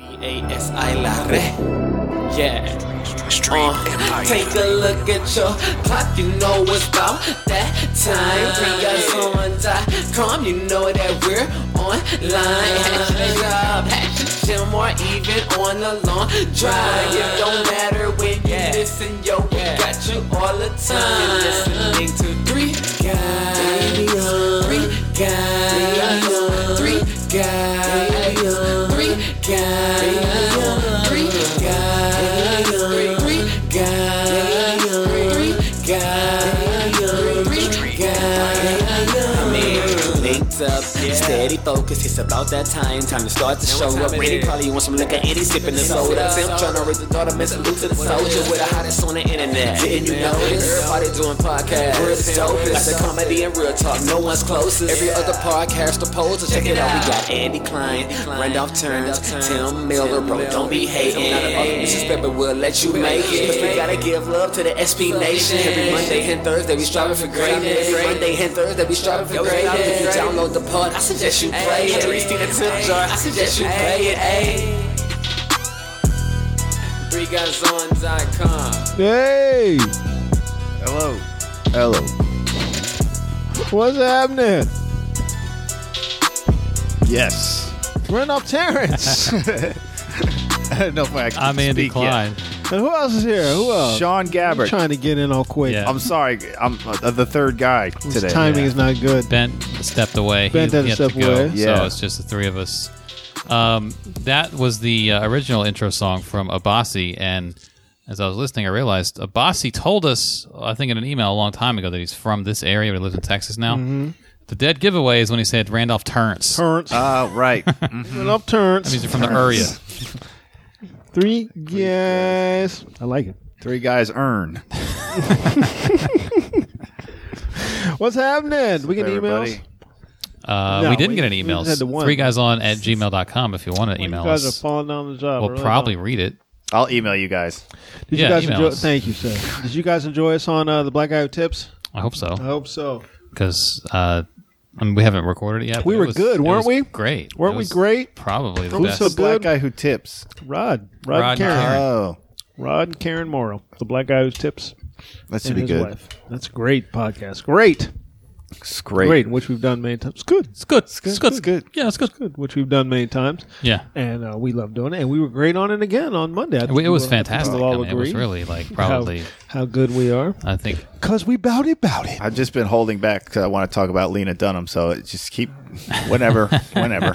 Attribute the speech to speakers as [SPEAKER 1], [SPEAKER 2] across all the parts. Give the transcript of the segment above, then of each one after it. [SPEAKER 1] ASI La Re. Yeah. Uh, take a look at your clock, you know it's about that time. We got someone.com, you know that we're online. At your job, at your gym, or even on a long drive. It don't matter when you listen, yo, we got you all the time. You're listening to three guys, three guys, three guys, three guys, three guys, three guys, three guys, three guys. I mean, linked up, steady focus. It's about that time. Time to start to show up. Ready, probably want some liquor, and he's sipping the soda. Tim trying to raise the daughter, man. Salute to the soldier. We're the hottest on the internet. Didn't you notice? Everybody doing podcasts. We're the dopest. Like comedy and real talk. No one's closest. Every other podcast, the polls. So check it out. We got Andy Klein, Randolph Turns, Tim Miller, bro. Don't be hating. Not a mother disrespect, but we'll let you make it. 'Cause we gotta give love to the SP Nation. Every Monday and Thursday, we striving for greatness. Every Monday and Thursday, we striving for greatness. If you download the pod, I suggest you play it. 360 the tip jar, I suggest you play it. Ayy. 3guyson.com.
[SPEAKER 2] Hey,
[SPEAKER 3] Hello.
[SPEAKER 2] hello. What's happening?
[SPEAKER 3] Yes.
[SPEAKER 2] Randolph Terrence.
[SPEAKER 3] I don't know if I can
[SPEAKER 4] I'm Andy
[SPEAKER 3] speak yet.
[SPEAKER 4] Klein.
[SPEAKER 2] and who else is here? Who uh, else?
[SPEAKER 3] Sean
[SPEAKER 2] I'm
[SPEAKER 3] Gabbert.
[SPEAKER 2] trying to get in all quick.
[SPEAKER 4] Yeah.
[SPEAKER 3] I'm sorry. I'm uh, the third guy
[SPEAKER 2] His
[SPEAKER 3] today.
[SPEAKER 2] timing is not good.
[SPEAKER 4] Bent stepped away.
[SPEAKER 2] Bent
[SPEAKER 4] he,
[SPEAKER 2] had
[SPEAKER 4] he
[SPEAKER 2] to
[SPEAKER 4] had
[SPEAKER 2] step
[SPEAKER 4] to go,
[SPEAKER 2] away.
[SPEAKER 3] Yeah.
[SPEAKER 4] So it's just the three of us. Um, that was the uh, original intro song from Abasi, and as I was listening, I realized Abasi told us, I think, in an email a long time ago, that he's from this area, but he lives in Texas now. The dead giveaway is when he said Randolph Turns.
[SPEAKER 2] Mm-hmm. Terrence.
[SPEAKER 3] Uh, right. Mhm.
[SPEAKER 2] Randolph Terrence.
[SPEAKER 4] These are from the area.
[SPEAKER 2] Three guys. I like it.
[SPEAKER 3] Three guys earn.
[SPEAKER 2] What's happening? We get emails. Oh,
[SPEAKER 3] Everybody.
[SPEAKER 4] Uh,
[SPEAKER 2] No,
[SPEAKER 4] we didn't
[SPEAKER 2] we-
[SPEAKER 4] get an
[SPEAKER 2] we just
[SPEAKER 4] email.
[SPEAKER 2] had the one.
[SPEAKER 4] Three guys on at gmail.com if you want to
[SPEAKER 2] You
[SPEAKER 4] email
[SPEAKER 2] guys are
[SPEAKER 4] us.
[SPEAKER 2] falling down the job. I
[SPEAKER 4] We'll
[SPEAKER 2] really
[SPEAKER 4] probably
[SPEAKER 2] don't.
[SPEAKER 4] read it.
[SPEAKER 3] I'll email you guys.
[SPEAKER 2] Did
[SPEAKER 4] yeah,
[SPEAKER 2] you guys
[SPEAKER 4] email
[SPEAKER 2] enjoy?
[SPEAKER 4] us.
[SPEAKER 2] Thank you, sir. Did you guys enjoy us on uh, the Black Guy Who Tips?
[SPEAKER 4] I hope so.
[SPEAKER 2] I hope so.
[SPEAKER 4] because uh, I mean, we haven't recorded it yet. but
[SPEAKER 2] We
[SPEAKER 4] it
[SPEAKER 2] were
[SPEAKER 4] was-
[SPEAKER 2] good,
[SPEAKER 4] it
[SPEAKER 2] weren't
[SPEAKER 4] was
[SPEAKER 2] we?
[SPEAKER 4] Great,
[SPEAKER 2] Weren't
[SPEAKER 4] It
[SPEAKER 2] we
[SPEAKER 4] was
[SPEAKER 2] great?
[SPEAKER 4] Probably the
[SPEAKER 2] Who's
[SPEAKER 4] best.
[SPEAKER 2] so
[SPEAKER 3] The black
[SPEAKER 2] Good.
[SPEAKER 3] guy who tips.
[SPEAKER 2] Rod, Rod,
[SPEAKER 4] Rod
[SPEAKER 2] and Karen,
[SPEAKER 4] Karen.
[SPEAKER 3] Oh,
[SPEAKER 2] Rod and Karen Morrow, the Black Guy Who Tips,
[SPEAKER 3] that should
[SPEAKER 2] and
[SPEAKER 3] be
[SPEAKER 2] his
[SPEAKER 3] good.
[SPEAKER 2] wife. That's a great podcast. Great,
[SPEAKER 3] It's great.
[SPEAKER 2] great, which we've done many times. It's good.
[SPEAKER 4] It's good. It's good. It's good.
[SPEAKER 3] It's good.
[SPEAKER 4] Yeah, it's good.
[SPEAKER 2] good, which we've done many times,
[SPEAKER 4] Yeah,
[SPEAKER 2] and uh, we love doing it. And we were great on it again on Monday. I think
[SPEAKER 4] We- it
[SPEAKER 2] we
[SPEAKER 4] was
[SPEAKER 2] will- I think
[SPEAKER 4] fantastic.
[SPEAKER 2] We'll
[SPEAKER 4] I
[SPEAKER 2] all
[SPEAKER 4] mean, it
[SPEAKER 2] agree
[SPEAKER 4] was really like
[SPEAKER 2] how-
[SPEAKER 4] probably.
[SPEAKER 2] how, good we are
[SPEAKER 4] I think
[SPEAKER 2] because we bout it, bout it.
[SPEAKER 3] I've just been holding back because I want to talk about Lena Dunham. So it just keep whenever, whenever,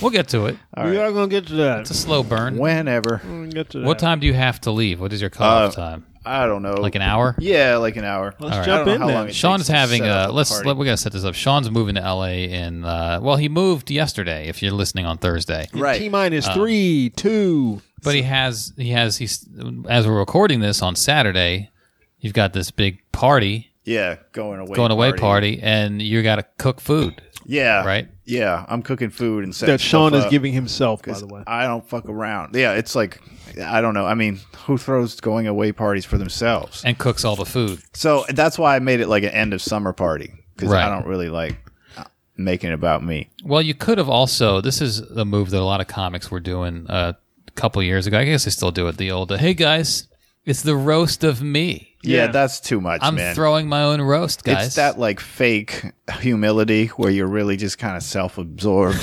[SPEAKER 4] we'll get to it.
[SPEAKER 2] we are going to get to that.
[SPEAKER 4] It's a slow burn.
[SPEAKER 3] whenever.
[SPEAKER 2] We're gonna get to
[SPEAKER 4] what
[SPEAKER 2] that.
[SPEAKER 4] time do you have to leave? What is your cutoff time?
[SPEAKER 3] I don't know.
[SPEAKER 4] Like an hour?
[SPEAKER 3] Yeah, like an hour.
[SPEAKER 2] Let's
[SPEAKER 4] right.
[SPEAKER 2] jump
[SPEAKER 3] I don't know
[SPEAKER 2] in
[SPEAKER 3] how long
[SPEAKER 2] then.
[SPEAKER 3] it
[SPEAKER 4] Sean is
[SPEAKER 3] takes to
[SPEAKER 4] having
[SPEAKER 3] set
[SPEAKER 4] uh
[SPEAKER 3] up a
[SPEAKER 4] let's
[SPEAKER 3] party.
[SPEAKER 4] let, we gotta set this up. Sean's moving to LA in uh well he moved yesterday if you're listening on Thursday.
[SPEAKER 3] right.
[SPEAKER 2] T minus
[SPEAKER 4] Uh,
[SPEAKER 2] three, two.
[SPEAKER 4] But he has he has he's as we're recording this on Saturday, you've got this big party,
[SPEAKER 3] Yeah, going away.
[SPEAKER 4] going away party, and you gotta cook food.
[SPEAKER 3] Yeah.
[SPEAKER 4] Right?
[SPEAKER 3] Yeah, I'm cooking food and setting
[SPEAKER 2] That Sean
[SPEAKER 3] stuff uh,
[SPEAKER 2] is
[SPEAKER 3] up
[SPEAKER 2] giving himself, by
[SPEAKER 3] 'cause
[SPEAKER 2] the way.
[SPEAKER 3] I don't fuck around. Yeah, it's like I don't know. I mean, who throws going away parties for themselves?
[SPEAKER 4] and cooks all the food.
[SPEAKER 3] So that's why I made it like an end of summer party because
[SPEAKER 4] Right.
[SPEAKER 3] I don't really like uh, making it about me.
[SPEAKER 4] Well, you could have also. This is a move that a lot of comics were doing uh, a couple years ago. I guess they still do it. The old, uh, hey guys, it's the roast of me.
[SPEAKER 3] Yeah,
[SPEAKER 2] Yeah.
[SPEAKER 3] that's too much,
[SPEAKER 4] I'm
[SPEAKER 3] man.
[SPEAKER 4] throwing my own roast, guys.
[SPEAKER 3] it's that like fake humility where you're really just kind of self-absorbed.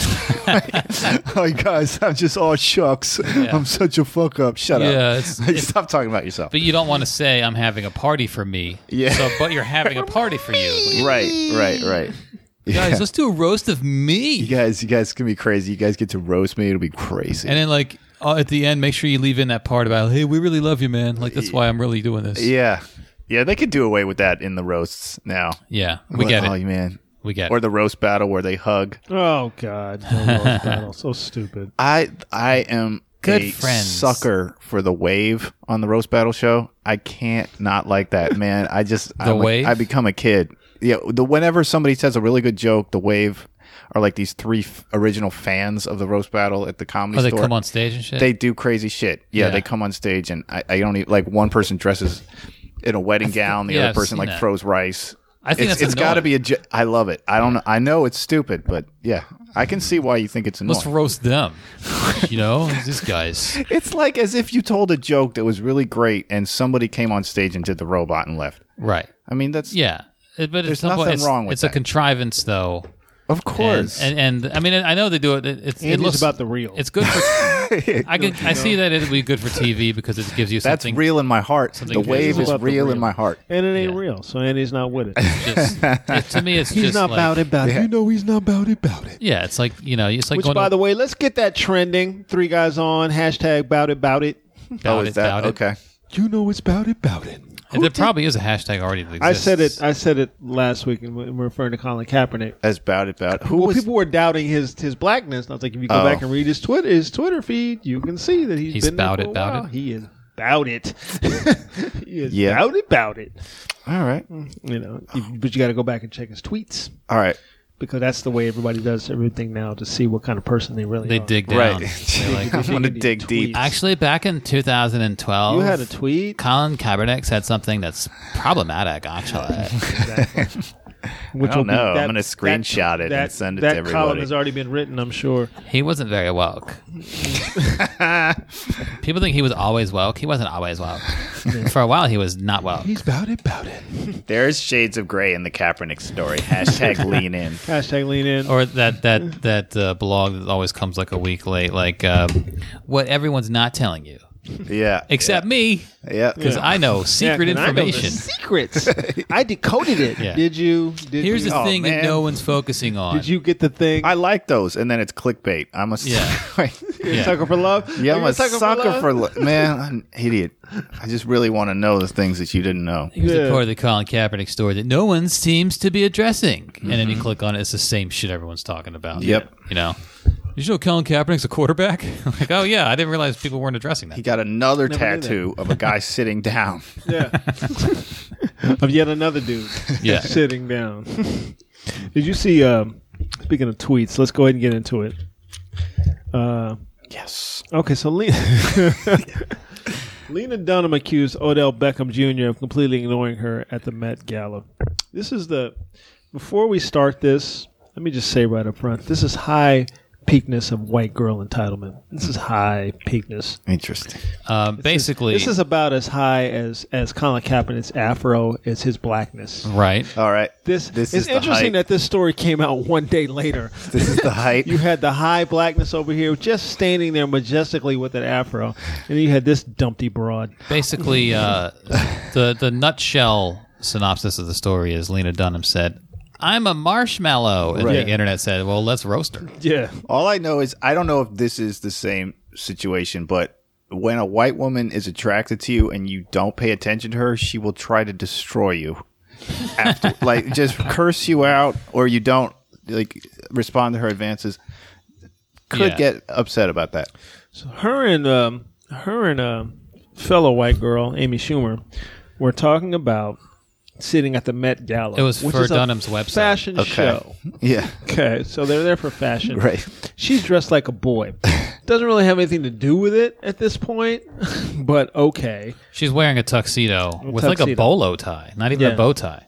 [SPEAKER 3] Hi guys, I'm just all shucks. I'm such a fuck up. Shut
[SPEAKER 4] Yeah,
[SPEAKER 3] up.
[SPEAKER 4] it's- it's-
[SPEAKER 3] Stop talking about yourself.
[SPEAKER 4] but you don't want to say I'm having a party for me.
[SPEAKER 3] Yeah.
[SPEAKER 4] So, but you're having a party for you,
[SPEAKER 3] right, right, right.
[SPEAKER 4] guys. Let's do a roast of me.
[SPEAKER 3] You guys, you guys can be crazy. You guys get to roast me. It'll be crazy.
[SPEAKER 4] And then like uh, at the end, make sure you leave in that part about hey, we really love you, man. Like that's why I'm really doing this.
[SPEAKER 3] yeah, yeah, they could do away with that in the roasts now.
[SPEAKER 4] Yeah, we get
[SPEAKER 3] oh,
[SPEAKER 4] it.
[SPEAKER 3] man.
[SPEAKER 4] We get
[SPEAKER 3] Or
[SPEAKER 4] it.
[SPEAKER 3] the roast battle where they hug.
[SPEAKER 2] Oh God, The Lost battle, so stupid.
[SPEAKER 3] I I am
[SPEAKER 4] Good
[SPEAKER 3] a
[SPEAKER 4] friends.
[SPEAKER 3] sucker for the wave on the roast battle show. I can't not like that, man. I just I'm a-
[SPEAKER 4] wave?
[SPEAKER 3] I become a kid. Yeah, the whenever somebody says a really good joke, the wave are like these three f- original fans of the roast battle at the comedy
[SPEAKER 4] Oh, they
[SPEAKER 3] store.
[SPEAKER 4] come on stage and shit.
[SPEAKER 3] they do crazy shit. Yeah,
[SPEAKER 4] Yeah.
[SPEAKER 3] they come on stage e, and I, I don't even like one person dresses in a wedding gown, the
[SPEAKER 4] yeah,
[SPEAKER 3] other
[SPEAKER 4] I've
[SPEAKER 3] person
[SPEAKER 4] seen
[SPEAKER 3] like
[SPEAKER 4] that.
[SPEAKER 3] throws rice.
[SPEAKER 4] I think
[SPEAKER 3] it's,
[SPEAKER 4] that's
[SPEAKER 3] it's got to
[SPEAKER 4] annoying.
[SPEAKER 3] be a. ge- I love it. I don't. know. I know it's stupid, but yeah, I can see why you think it's annoying.
[SPEAKER 4] Let's roast them. You know, these guys.
[SPEAKER 3] it's like as if you told a joke that was really great, and somebody came on stage and did the robot and left.
[SPEAKER 4] Right.
[SPEAKER 3] I mean, that's
[SPEAKER 4] Yeah. It- But
[SPEAKER 3] There's
[SPEAKER 4] at some point,
[SPEAKER 3] nothing
[SPEAKER 4] it's,
[SPEAKER 3] wrong with
[SPEAKER 4] It's a
[SPEAKER 3] that.
[SPEAKER 4] contrivance, though.
[SPEAKER 3] of
[SPEAKER 4] And,
[SPEAKER 3] course.
[SPEAKER 4] and, and I mean, I know they do it. It, it's, it
[SPEAKER 2] Andy's
[SPEAKER 4] looks
[SPEAKER 2] about the real.
[SPEAKER 4] It's good for. I can. I see that it would be good for TV because it gives you
[SPEAKER 3] that's
[SPEAKER 4] something.
[SPEAKER 3] real in my heart. The
[SPEAKER 4] something
[SPEAKER 3] wave
[SPEAKER 4] about
[SPEAKER 3] is
[SPEAKER 2] the
[SPEAKER 3] real, in
[SPEAKER 2] real.
[SPEAKER 3] my heart.
[SPEAKER 2] and it ain't
[SPEAKER 4] Yeah.
[SPEAKER 2] real, so Andy's not with it.
[SPEAKER 4] Just, it, to me, it's
[SPEAKER 2] He's
[SPEAKER 4] just
[SPEAKER 2] not
[SPEAKER 4] like,
[SPEAKER 2] about it, about it.
[SPEAKER 3] Yeah.
[SPEAKER 2] You know he's not about it, about it.
[SPEAKER 4] Yeah, it's like you know, it's like
[SPEAKER 2] Which,
[SPEAKER 4] going
[SPEAKER 2] by
[SPEAKER 4] to,
[SPEAKER 2] the way, let's get that trending. Three guys on hashtag about it, about it.
[SPEAKER 4] about
[SPEAKER 3] oh,
[SPEAKER 4] it,
[SPEAKER 3] is that
[SPEAKER 4] about it.
[SPEAKER 3] okay?
[SPEAKER 2] You know it's about it, about it.
[SPEAKER 4] And there probably is a hashtag already that exists.
[SPEAKER 2] I said it. I said it last week, and we're referring to Colin Kaepernick.
[SPEAKER 3] As about it, about it. Who
[SPEAKER 2] Well,
[SPEAKER 3] was?
[SPEAKER 2] people were doubting his his blackness. And I was like, if you go
[SPEAKER 3] Oh.
[SPEAKER 2] back and read his Twitter his Twitter feed, you can see that
[SPEAKER 4] He's
[SPEAKER 2] been there
[SPEAKER 4] about
[SPEAKER 2] for
[SPEAKER 4] it,
[SPEAKER 2] a
[SPEAKER 4] about
[SPEAKER 2] while.
[SPEAKER 4] it.
[SPEAKER 2] He is about it. he is
[SPEAKER 3] Yeah.
[SPEAKER 2] about it, about it.
[SPEAKER 3] all right,
[SPEAKER 2] You know, you- but you got to go back and check his tweets
[SPEAKER 3] all right.
[SPEAKER 2] because that's the way everybody does everything now to see what kind of person they really
[SPEAKER 4] They
[SPEAKER 2] are.
[SPEAKER 4] dig down.
[SPEAKER 3] Right.
[SPEAKER 4] They're like-
[SPEAKER 3] I'm gonna
[SPEAKER 2] Diggity
[SPEAKER 3] dig deep.
[SPEAKER 2] tweets.
[SPEAKER 4] Actually, back in 2012,
[SPEAKER 2] You had a tweet
[SPEAKER 4] Colin Kaepernick said something that's problematic. Actually,
[SPEAKER 2] Which
[SPEAKER 3] I don't
[SPEAKER 2] will be-
[SPEAKER 3] know. I'm gonna screenshot it
[SPEAKER 2] that,
[SPEAKER 3] and send it
[SPEAKER 2] that
[SPEAKER 3] to
[SPEAKER 2] column
[SPEAKER 3] everybody.
[SPEAKER 2] has already been written, I'm sure.
[SPEAKER 4] he wasn't very woke. People think he was always woke. He wasn't always woke. For a while, he was not woke.
[SPEAKER 2] He's about it, about it.
[SPEAKER 3] There's shades of gray in the Kaepernick story. Hashtag lean in.
[SPEAKER 2] Hashtag lean in.
[SPEAKER 4] Or that that that uh, blog that always comes like a week late. Like um, what everyone's not telling you,
[SPEAKER 3] Yeah.
[SPEAKER 4] except me,
[SPEAKER 3] yeah.
[SPEAKER 4] because I know
[SPEAKER 2] Yeah,
[SPEAKER 4] secret
[SPEAKER 2] 'cause I know the
[SPEAKER 4] information.
[SPEAKER 2] secrets. I decoded it.
[SPEAKER 4] Yeah.
[SPEAKER 2] Did you? Did
[SPEAKER 4] Here's
[SPEAKER 2] you, Oh,
[SPEAKER 4] the thing that
[SPEAKER 3] man.
[SPEAKER 4] no one's focusing on.
[SPEAKER 2] Did you get the thing?
[SPEAKER 3] I like those, and then it's clickbait. I'm a
[SPEAKER 4] Yeah. Yeah.
[SPEAKER 2] Sucker for love.
[SPEAKER 3] Yeah,
[SPEAKER 2] Are
[SPEAKER 3] I'm
[SPEAKER 2] you
[SPEAKER 3] a sucker
[SPEAKER 2] love?
[SPEAKER 3] for lo- man. I'm an idiot. I just really want to know the things that you didn't know.
[SPEAKER 4] Here's the
[SPEAKER 2] Yeah.
[SPEAKER 4] part of the Colin Kaepernick story that no one seems to be addressing. And then
[SPEAKER 2] Mm-hmm.
[SPEAKER 4] you click on it, it's the same shit everyone's talking about.
[SPEAKER 3] Yep.
[SPEAKER 4] You know? Did you know Colin Kaepernick's a quarterback? like, oh yeah, I didn't realize people weren't addressing
[SPEAKER 3] He
[SPEAKER 4] that.
[SPEAKER 3] got another
[SPEAKER 2] Never knew
[SPEAKER 3] tattoo of a guy sitting down.
[SPEAKER 2] Yeah. of yet another dude
[SPEAKER 4] Yeah.
[SPEAKER 2] sitting down. Did you see? Um, speaking of tweets, let's go ahead and get into it. Uh,
[SPEAKER 3] Yes.
[SPEAKER 2] okay, so Lena, Lena Dunham accused Odell Beckham Jr. of completely ignoring her at the Met Gala. This is the. Before we start this, let me just say right up front: this is high peakness of white girl entitlement. This is high peakness.
[SPEAKER 3] Interesting.
[SPEAKER 4] Um, basically,
[SPEAKER 2] This is about as high as as Colin Kaepernick's afro as his blackness.
[SPEAKER 4] right.
[SPEAKER 3] All right.
[SPEAKER 2] This,
[SPEAKER 3] Mm. This
[SPEAKER 2] it's
[SPEAKER 3] is the
[SPEAKER 2] interesting that
[SPEAKER 3] height.
[SPEAKER 2] this story came out one day later.
[SPEAKER 3] This is the height.
[SPEAKER 2] You had the high blackness over here, just standing there majestically with an afro, and you had this dumpty broad.
[SPEAKER 4] Basically, uh, the the nutshell synopsis of the story is Lena Dunham said, "I'm a marshmallow," and
[SPEAKER 2] Right.
[SPEAKER 4] the internet said, "Well, let's roast her."
[SPEAKER 2] Yeah,
[SPEAKER 3] All I know is I don't know if this is the same situation, but when a white woman is attracted to you and you don't pay attention to her, she will try to destroy you. After, like just curse you out, or you don't like respond to her advances. Could
[SPEAKER 4] Yeah.
[SPEAKER 3] get upset about that.
[SPEAKER 2] her and um, her and um, fellow white girl Amy Schumer were talking about sitting at the Met Gala.
[SPEAKER 4] It was
[SPEAKER 2] which
[SPEAKER 4] for
[SPEAKER 2] is a
[SPEAKER 4] Dunham's website.
[SPEAKER 2] fashion show.
[SPEAKER 3] Yeah.
[SPEAKER 2] Okay, so they're there for fashion.
[SPEAKER 3] Right.
[SPEAKER 2] She's dressed like a boy. Doesn't really have anything to do with it at this point, but okay.
[SPEAKER 4] She's wearing a tuxedo with like a
[SPEAKER 2] tuxedo.
[SPEAKER 4] bolo tie, not even
[SPEAKER 2] Yeah.
[SPEAKER 4] a bow tie.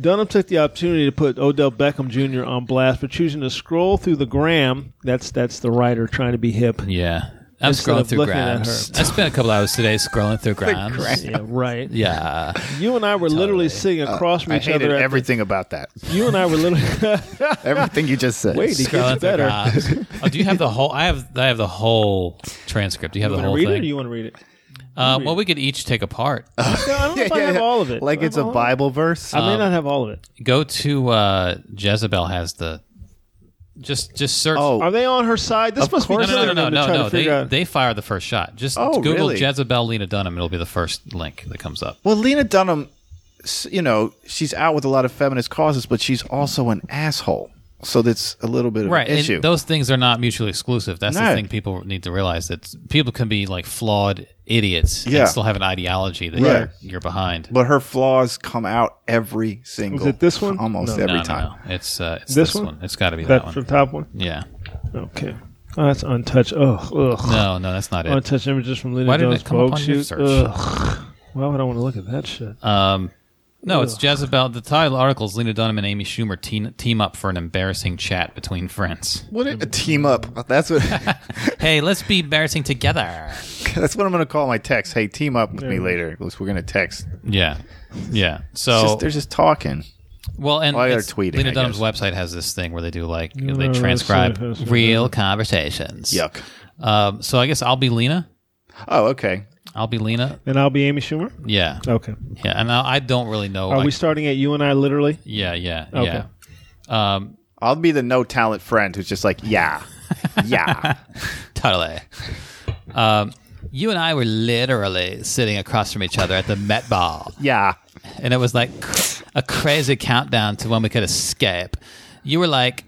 [SPEAKER 2] Dunham took the opportunity to put Odell Beckham Jr. on blast for choosing to scroll through the gram. That's that's the writer trying to be hip.
[SPEAKER 4] Yeah. I'm
[SPEAKER 2] Instead
[SPEAKER 4] scrolling
[SPEAKER 2] of
[SPEAKER 4] through
[SPEAKER 2] looking at
[SPEAKER 4] grams. I spent a couple hours today scrolling through grams.
[SPEAKER 2] Yeah, right.
[SPEAKER 4] Yeah.
[SPEAKER 2] You and I were literally sitting across from
[SPEAKER 3] I
[SPEAKER 2] each other.
[SPEAKER 3] hated
[SPEAKER 2] at the-
[SPEAKER 3] everything about that.
[SPEAKER 2] you and I were literally.
[SPEAKER 3] Everything you just said.
[SPEAKER 2] Wait, it gets
[SPEAKER 4] Scarlet
[SPEAKER 2] better.
[SPEAKER 4] Grabs. Oh, do you have the whole? I have. I have the whole transcript. Do you have the
[SPEAKER 2] want to
[SPEAKER 4] whole
[SPEAKER 2] read it, or
[SPEAKER 4] thing?
[SPEAKER 2] you want to read it?
[SPEAKER 4] uh, well, we could each take a part.
[SPEAKER 2] No, I don't know if I have all of it.
[SPEAKER 3] Like
[SPEAKER 2] Do I
[SPEAKER 3] it's a
[SPEAKER 2] have all of it?
[SPEAKER 3] Bible verse.
[SPEAKER 4] Uh,
[SPEAKER 2] I may
[SPEAKER 4] Um,
[SPEAKER 2] not have all of it.
[SPEAKER 4] Go to uh, Jezebel has the. Just just search.
[SPEAKER 3] Oh.
[SPEAKER 2] Are they on her side? This must be
[SPEAKER 4] No,
[SPEAKER 2] killing
[SPEAKER 4] no, no, no,
[SPEAKER 2] them to
[SPEAKER 4] no,
[SPEAKER 2] try
[SPEAKER 4] no.
[SPEAKER 2] to
[SPEAKER 4] They,
[SPEAKER 2] figure out.
[SPEAKER 4] they fire the first shot. Just
[SPEAKER 3] Oh,
[SPEAKER 4] Google
[SPEAKER 3] really?
[SPEAKER 4] Jezebel Lena Dunham. It'll be the first link that comes up.
[SPEAKER 3] Well, Lena Dunham, s- you know, she's out with a lot of feminist causes, but she's also an asshole. So that's a little bit of
[SPEAKER 4] Right.
[SPEAKER 3] an issue.
[SPEAKER 4] And those things are not mutually exclusive. That's the
[SPEAKER 3] No.
[SPEAKER 4] thing people need to realize that people can be like flawed idiots
[SPEAKER 3] Yeah.
[SPEAKER 4] and still have an ideology that
[SPEAKER 3] Right.
[SPEAKER 4] you're, you're behind.
[SPEAKER 3] but her flaws come out every single.
[SPEAKER 2] it this one?
[SPEAKER 3] Almost
[SPEAKER 2] No.
[SPEAKER 3] every
[SPEAKER 4] no,
[SPEAKER 3] time.
[SPEAKER 4] no, no. It's uh, it's
[SPEAKER 2] This
[SPEAKER 4] this,
[SPEAKER 2] one?
[SPEAKER 4] one? It's got to be that
[SPEAKER 2] That's the
[SPEAKER 4] one.
[SPEAKER 2] top one.
[SPEAKER 4] Yeah.
[SPEAKER 2] Okay. Oh, that's untouched. Ugh. Ugh.
[SPEAKER 4] No, no, that's not it.
[SPEAKER 2] Untouched images from Lena
[SPEAKER 4] Why didn't
[SPEAKER 2] Dunham's
[SPEAKER 4] it come up
[SPEAKER 2] Vogue
[SPEAKER 4] on your
[SPEAKER 2] shoot.
[SPEAKER 4] search?
[SPEAKER 2] Ugh. Why would I want to look at that shit?
[SPEAKER 4] Um, No, it's Jezebel. The title article is Lena Dunham and Amy Schumer team, team up for an embarrassing chat between friends.
[SPEAKER 3] What a Uh, team up. That's what
[SPEAKER 4] Hey, let's be embarrassing together.
[SPEAKER 3] that's what I'm going to call my text. Hey, team up with me later. We're going to text. It's
[SPEAKER 4] Yeah, yeah. So
[SPEAKER 3] just- they're just talking.
[SPEAKER 4] Well, and
[SPEAKER 3] Well, they're
[SPEAKER 4] it's-
[SPEAKER 3] tweeting,
[SPEAKER 4] Lena
[SPEAKER 3] I
[SPEAKER 4] Dunham's
[SPEAKER 3] guess.
[SPEAKER 4] website has this thing where they do like they
[SPEAKER 2] that's
[SPEAKER 4] transcribe
[SPEAKER 2] right, that's right.
[SPEAKER 4] real conversations.
[SPEAKER 3] Yuck.
[SPEAKER 4] Um, so I guess I'll be Lena.
[SPEAKER 3] Oh, okay.
[SPEAKER 4] I'll be Lena.
[SPEAKER 2] And I'll be Amy Schumer.
[SPEAKER 4] Yeah,
[SPEAKER 2] Okay.
[SPEAKER 4] yeah. And I, I don't really know.
[SPEAKER 2] Oh. Are
[SPEAKER 4] like-
[SPEAKER 2] we starting at you and I literally?
[SPEAKER 4] yeah, yeah,
[SPEAKER 2] Okay.
[SPEAKER 4] yeah. Um,
[SPEAKER 3] I'll be the no talent friend who's just like, yeah, yeah.
[SPEAKER 4] totally. Um, you and I were literally sitting across from each other at the Met Ball,
[SPEAKER 3] Yeah.
[SPEAKER 4] and it was like cr- a crazy countdown to when we could escape. You were like,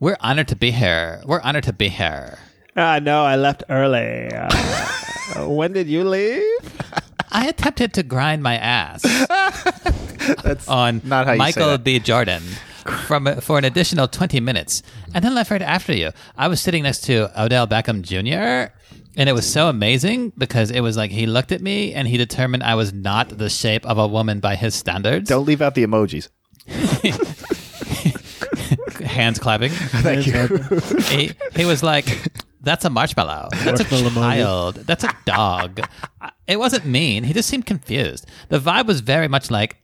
[SPEAKER 4] "We're honored to be here. We're honored to be here."
[SPEAKER 2] Uh, no, I left early. Uh, when did you leave?
[SPEAKER 4] I attempted to grind my ass. on
[SPEAKER 3] not how you say
[SPEAKER 4] Michael
[SPEAKER 3] that.
[SPEAKER 4] B. Jordan from for an additional 20 minutes, and then left right after you. I was sitting next to Odell Beckham Jr. And it was so amazing because it was like he looked at me and he determined I was not the shape of a woman by his standards.
[SPEAKER 3] Don't leave out the emojis.
[SPEAKER 4] Hands clapping.
[SPEAKER 3] Thank you.
[SPEAKER 4] he, he was like, "That's a marshmallow. That's
[SPEAKER 2] Marshmallow
[SPEAKER 4] a
[SPEAKER 2] emoji.
[SPEAKER 4] child. That's a dog." I- It wasn't mean. He just seemed confused. The vibe was very much like,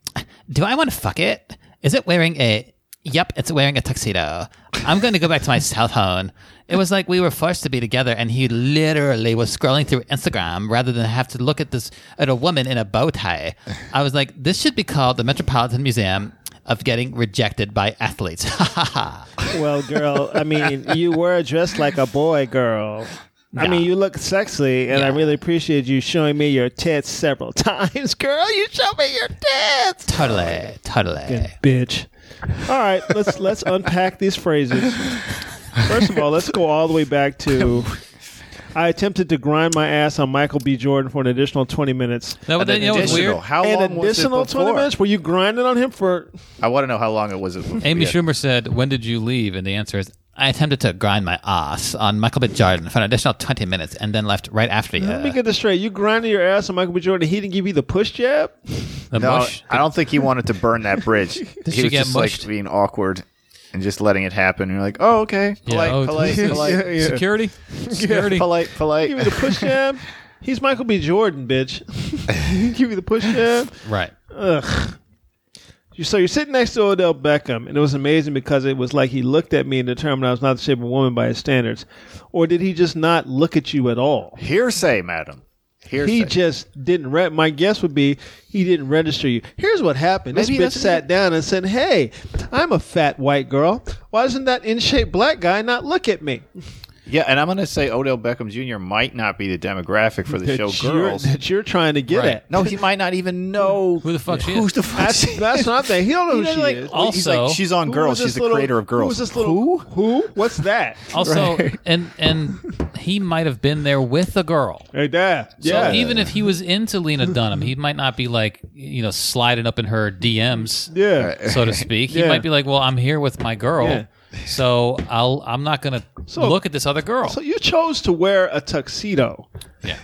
[SPEAKER 4] "Do I want to fuck it? Is it wearing a?" Yep, it's wearing a tuxedo. I'm going to go back to my cell phone. It was like we were forced to be together, and he literally was scrolling through Instagram rather than have to look at this at a woman in a bow tie. I was like, this should be called the Metropolitan Museum of Getting Rejected by Athletes.
[SPEAKER 2] Well, girl, I mean, you were dressed like a boy, girl. I mean, you look sexy, and I
[SPEAKER 4] Yeah.
[SPEAKER 2] really appreciate you showing me your tits several times, girl. You showed me your tits,
[SPEAKER 4] totally, totally.
[SPEAKER 2] bitch. All right, let's let's unpack these phrases. First of all, let's go all the way back to. I attempted to grind my ass on Michael B. Jordan for an additional twenty minutes.
[SPEAKER 4] No, but then, you know what's
[SPEAKER 3] Additional.
[SPEAKER 4] weird?
[SPEAKER 3] How
[SPEAKER 2] An
[SPEAKER 3] long was it
[SPEAKER 2] additional twenty
[SPEAKER 3] before?
[SPEAKER 2] minutes? Were you grinding on him for?
[SPEAKER 3] I want to know how long it was. before-
[SPEAKER 4] Amy
[SPEAKER 3] yeah.
[SPEAKER 4] Schumer said, "When did you leave?" And the answer is, "I attempted to grind my ass on Michael B. Jordan for an additional twenty minutes, and then left right after you."
[SPEAKER 2] Let me get this straight. You grinding your ass on Michael B. Jordan. He didn't give you the push jab.
[SPEAKER 4] the
[SPEAKER 3] No,
[SPEAKER 4] mush.
[SPEAKER 3] I don't think he wanted to burn that bridge. he
[SPEAKER 4] she
[SPEAKER 3] was
[SPEAKER 4] get
[SPEAKER 3] just like
[SPEAKER 4] mushed?
[SPEAKER 3] being awkward and just letting it happen. You're like, oh, okay,
[SPEAKER 4] Yeah,
[SPEAKER 3] polite,
[SPEAKER 4] oh,
[SPEAKER 3] polite,
[SPEAKER 4] this is-
[SPEAKER 3] polite,
[SPEAKER 4] Security, security.
[SPEAKER 3] polite,
[SPEAKER 2] Give me the
[SPEAKER 3] polite.
[SPEAKER 2] push jab. He's Michael B. Jordan, bitch. Give me the push jab.
[SPEAKER 4] Right.
[SPEAKER 2] Ugh. You- So you're sitting next to Odell Beckham, and it was amazing because it was like he looked at me and determined I was not the shape of a woman by his standards, or did he just not look at you at all?
[SPEAKER 3] Hearsay, madam. Hearsay.
[SPEAKER 2] He just didn't. Re- my guess would be he didn't register you. Here's what happened.
[SPEAKER 3] Maybe
[SPEAKER 2] this
[SPEAKER 3] that's
[SPEAKER 2] bitch
[SPEAKER 3] what
[SPEAKER 2] sat down and said, "Hey, I'm a fat white girl. Why doesn't that in shape black guy not look at me?"
[SPEAKER 3] yeah, and I'm gonna say Odell Beckham Jr. might not be the demographic for the
[SPEAKER 2] That
[SPEAKER 3] show
[SPEAKER 2] you're-
[SPEAKER 3] girls.
[SPEAKER 2] that you're trying to get
[SPEAKER 4] Right.
[SPEAKER 2] at.
[SPEAKER 3] No, he might not even know
[SPEAKER 4] Who the fuck she
[SPEAKER 3] Who's
[SPEAKER 4] is.
[SPEAKER 3] the fuck?
[SPEAKER 2] That's,
[SPEAKER 3] she
[SPEAKER 2] that's
[SPEAKER 3] is.
[SPEAKER 2] not thing. He don't know who
[SPEAKER 3] He's
[SPEAKER 2] she
[SPEAKER 3] like,
[SPEAKER 2] is.
[SPEAKER 4] All-
[SPEAKER 3] he's like,
[SPEAKER 4] Also-
[SPEAKER 3] she's on
[SPEAKER 2] Who
[SPEAKER 3] Girls.
[SPEAKER 2] was this
[SPEAKER 3] She's the
[SPEAKER 2] little-
[SPEAKER 3] creator of
[SPEAKER 2] Who
[SPEAKER 3] Girls.
[SPEAKER 2] was this little who? Who? What's that?
[SPEAKER 4] Also, and and he might have been there with a girl.
[SPEAKER 2] Hey, Dad.
[SPEAKER 4] So
[SPEAKER 2] Yeah.
[SPEAKER 4] even if he was into Lena Dunham, he might not be like you know sliding up in her DMs.
[SPEAKER 2] yeah.
[SPEAKER 4] so to speak. He
[SPEAKER 2] Yeah.
[SPEAKER 4] might be like, "Well, I'm here with my girl,
[SPEAKER 2] Yeah.
[SPEAKER 4] so I'll I'm not gonna
[SPEAKER 2] So-
[SPEAKER 4] look at this other girl."
[SPEAKER 2] So you chose to wear a tuxedo.
[SPEAKER 4] yeah,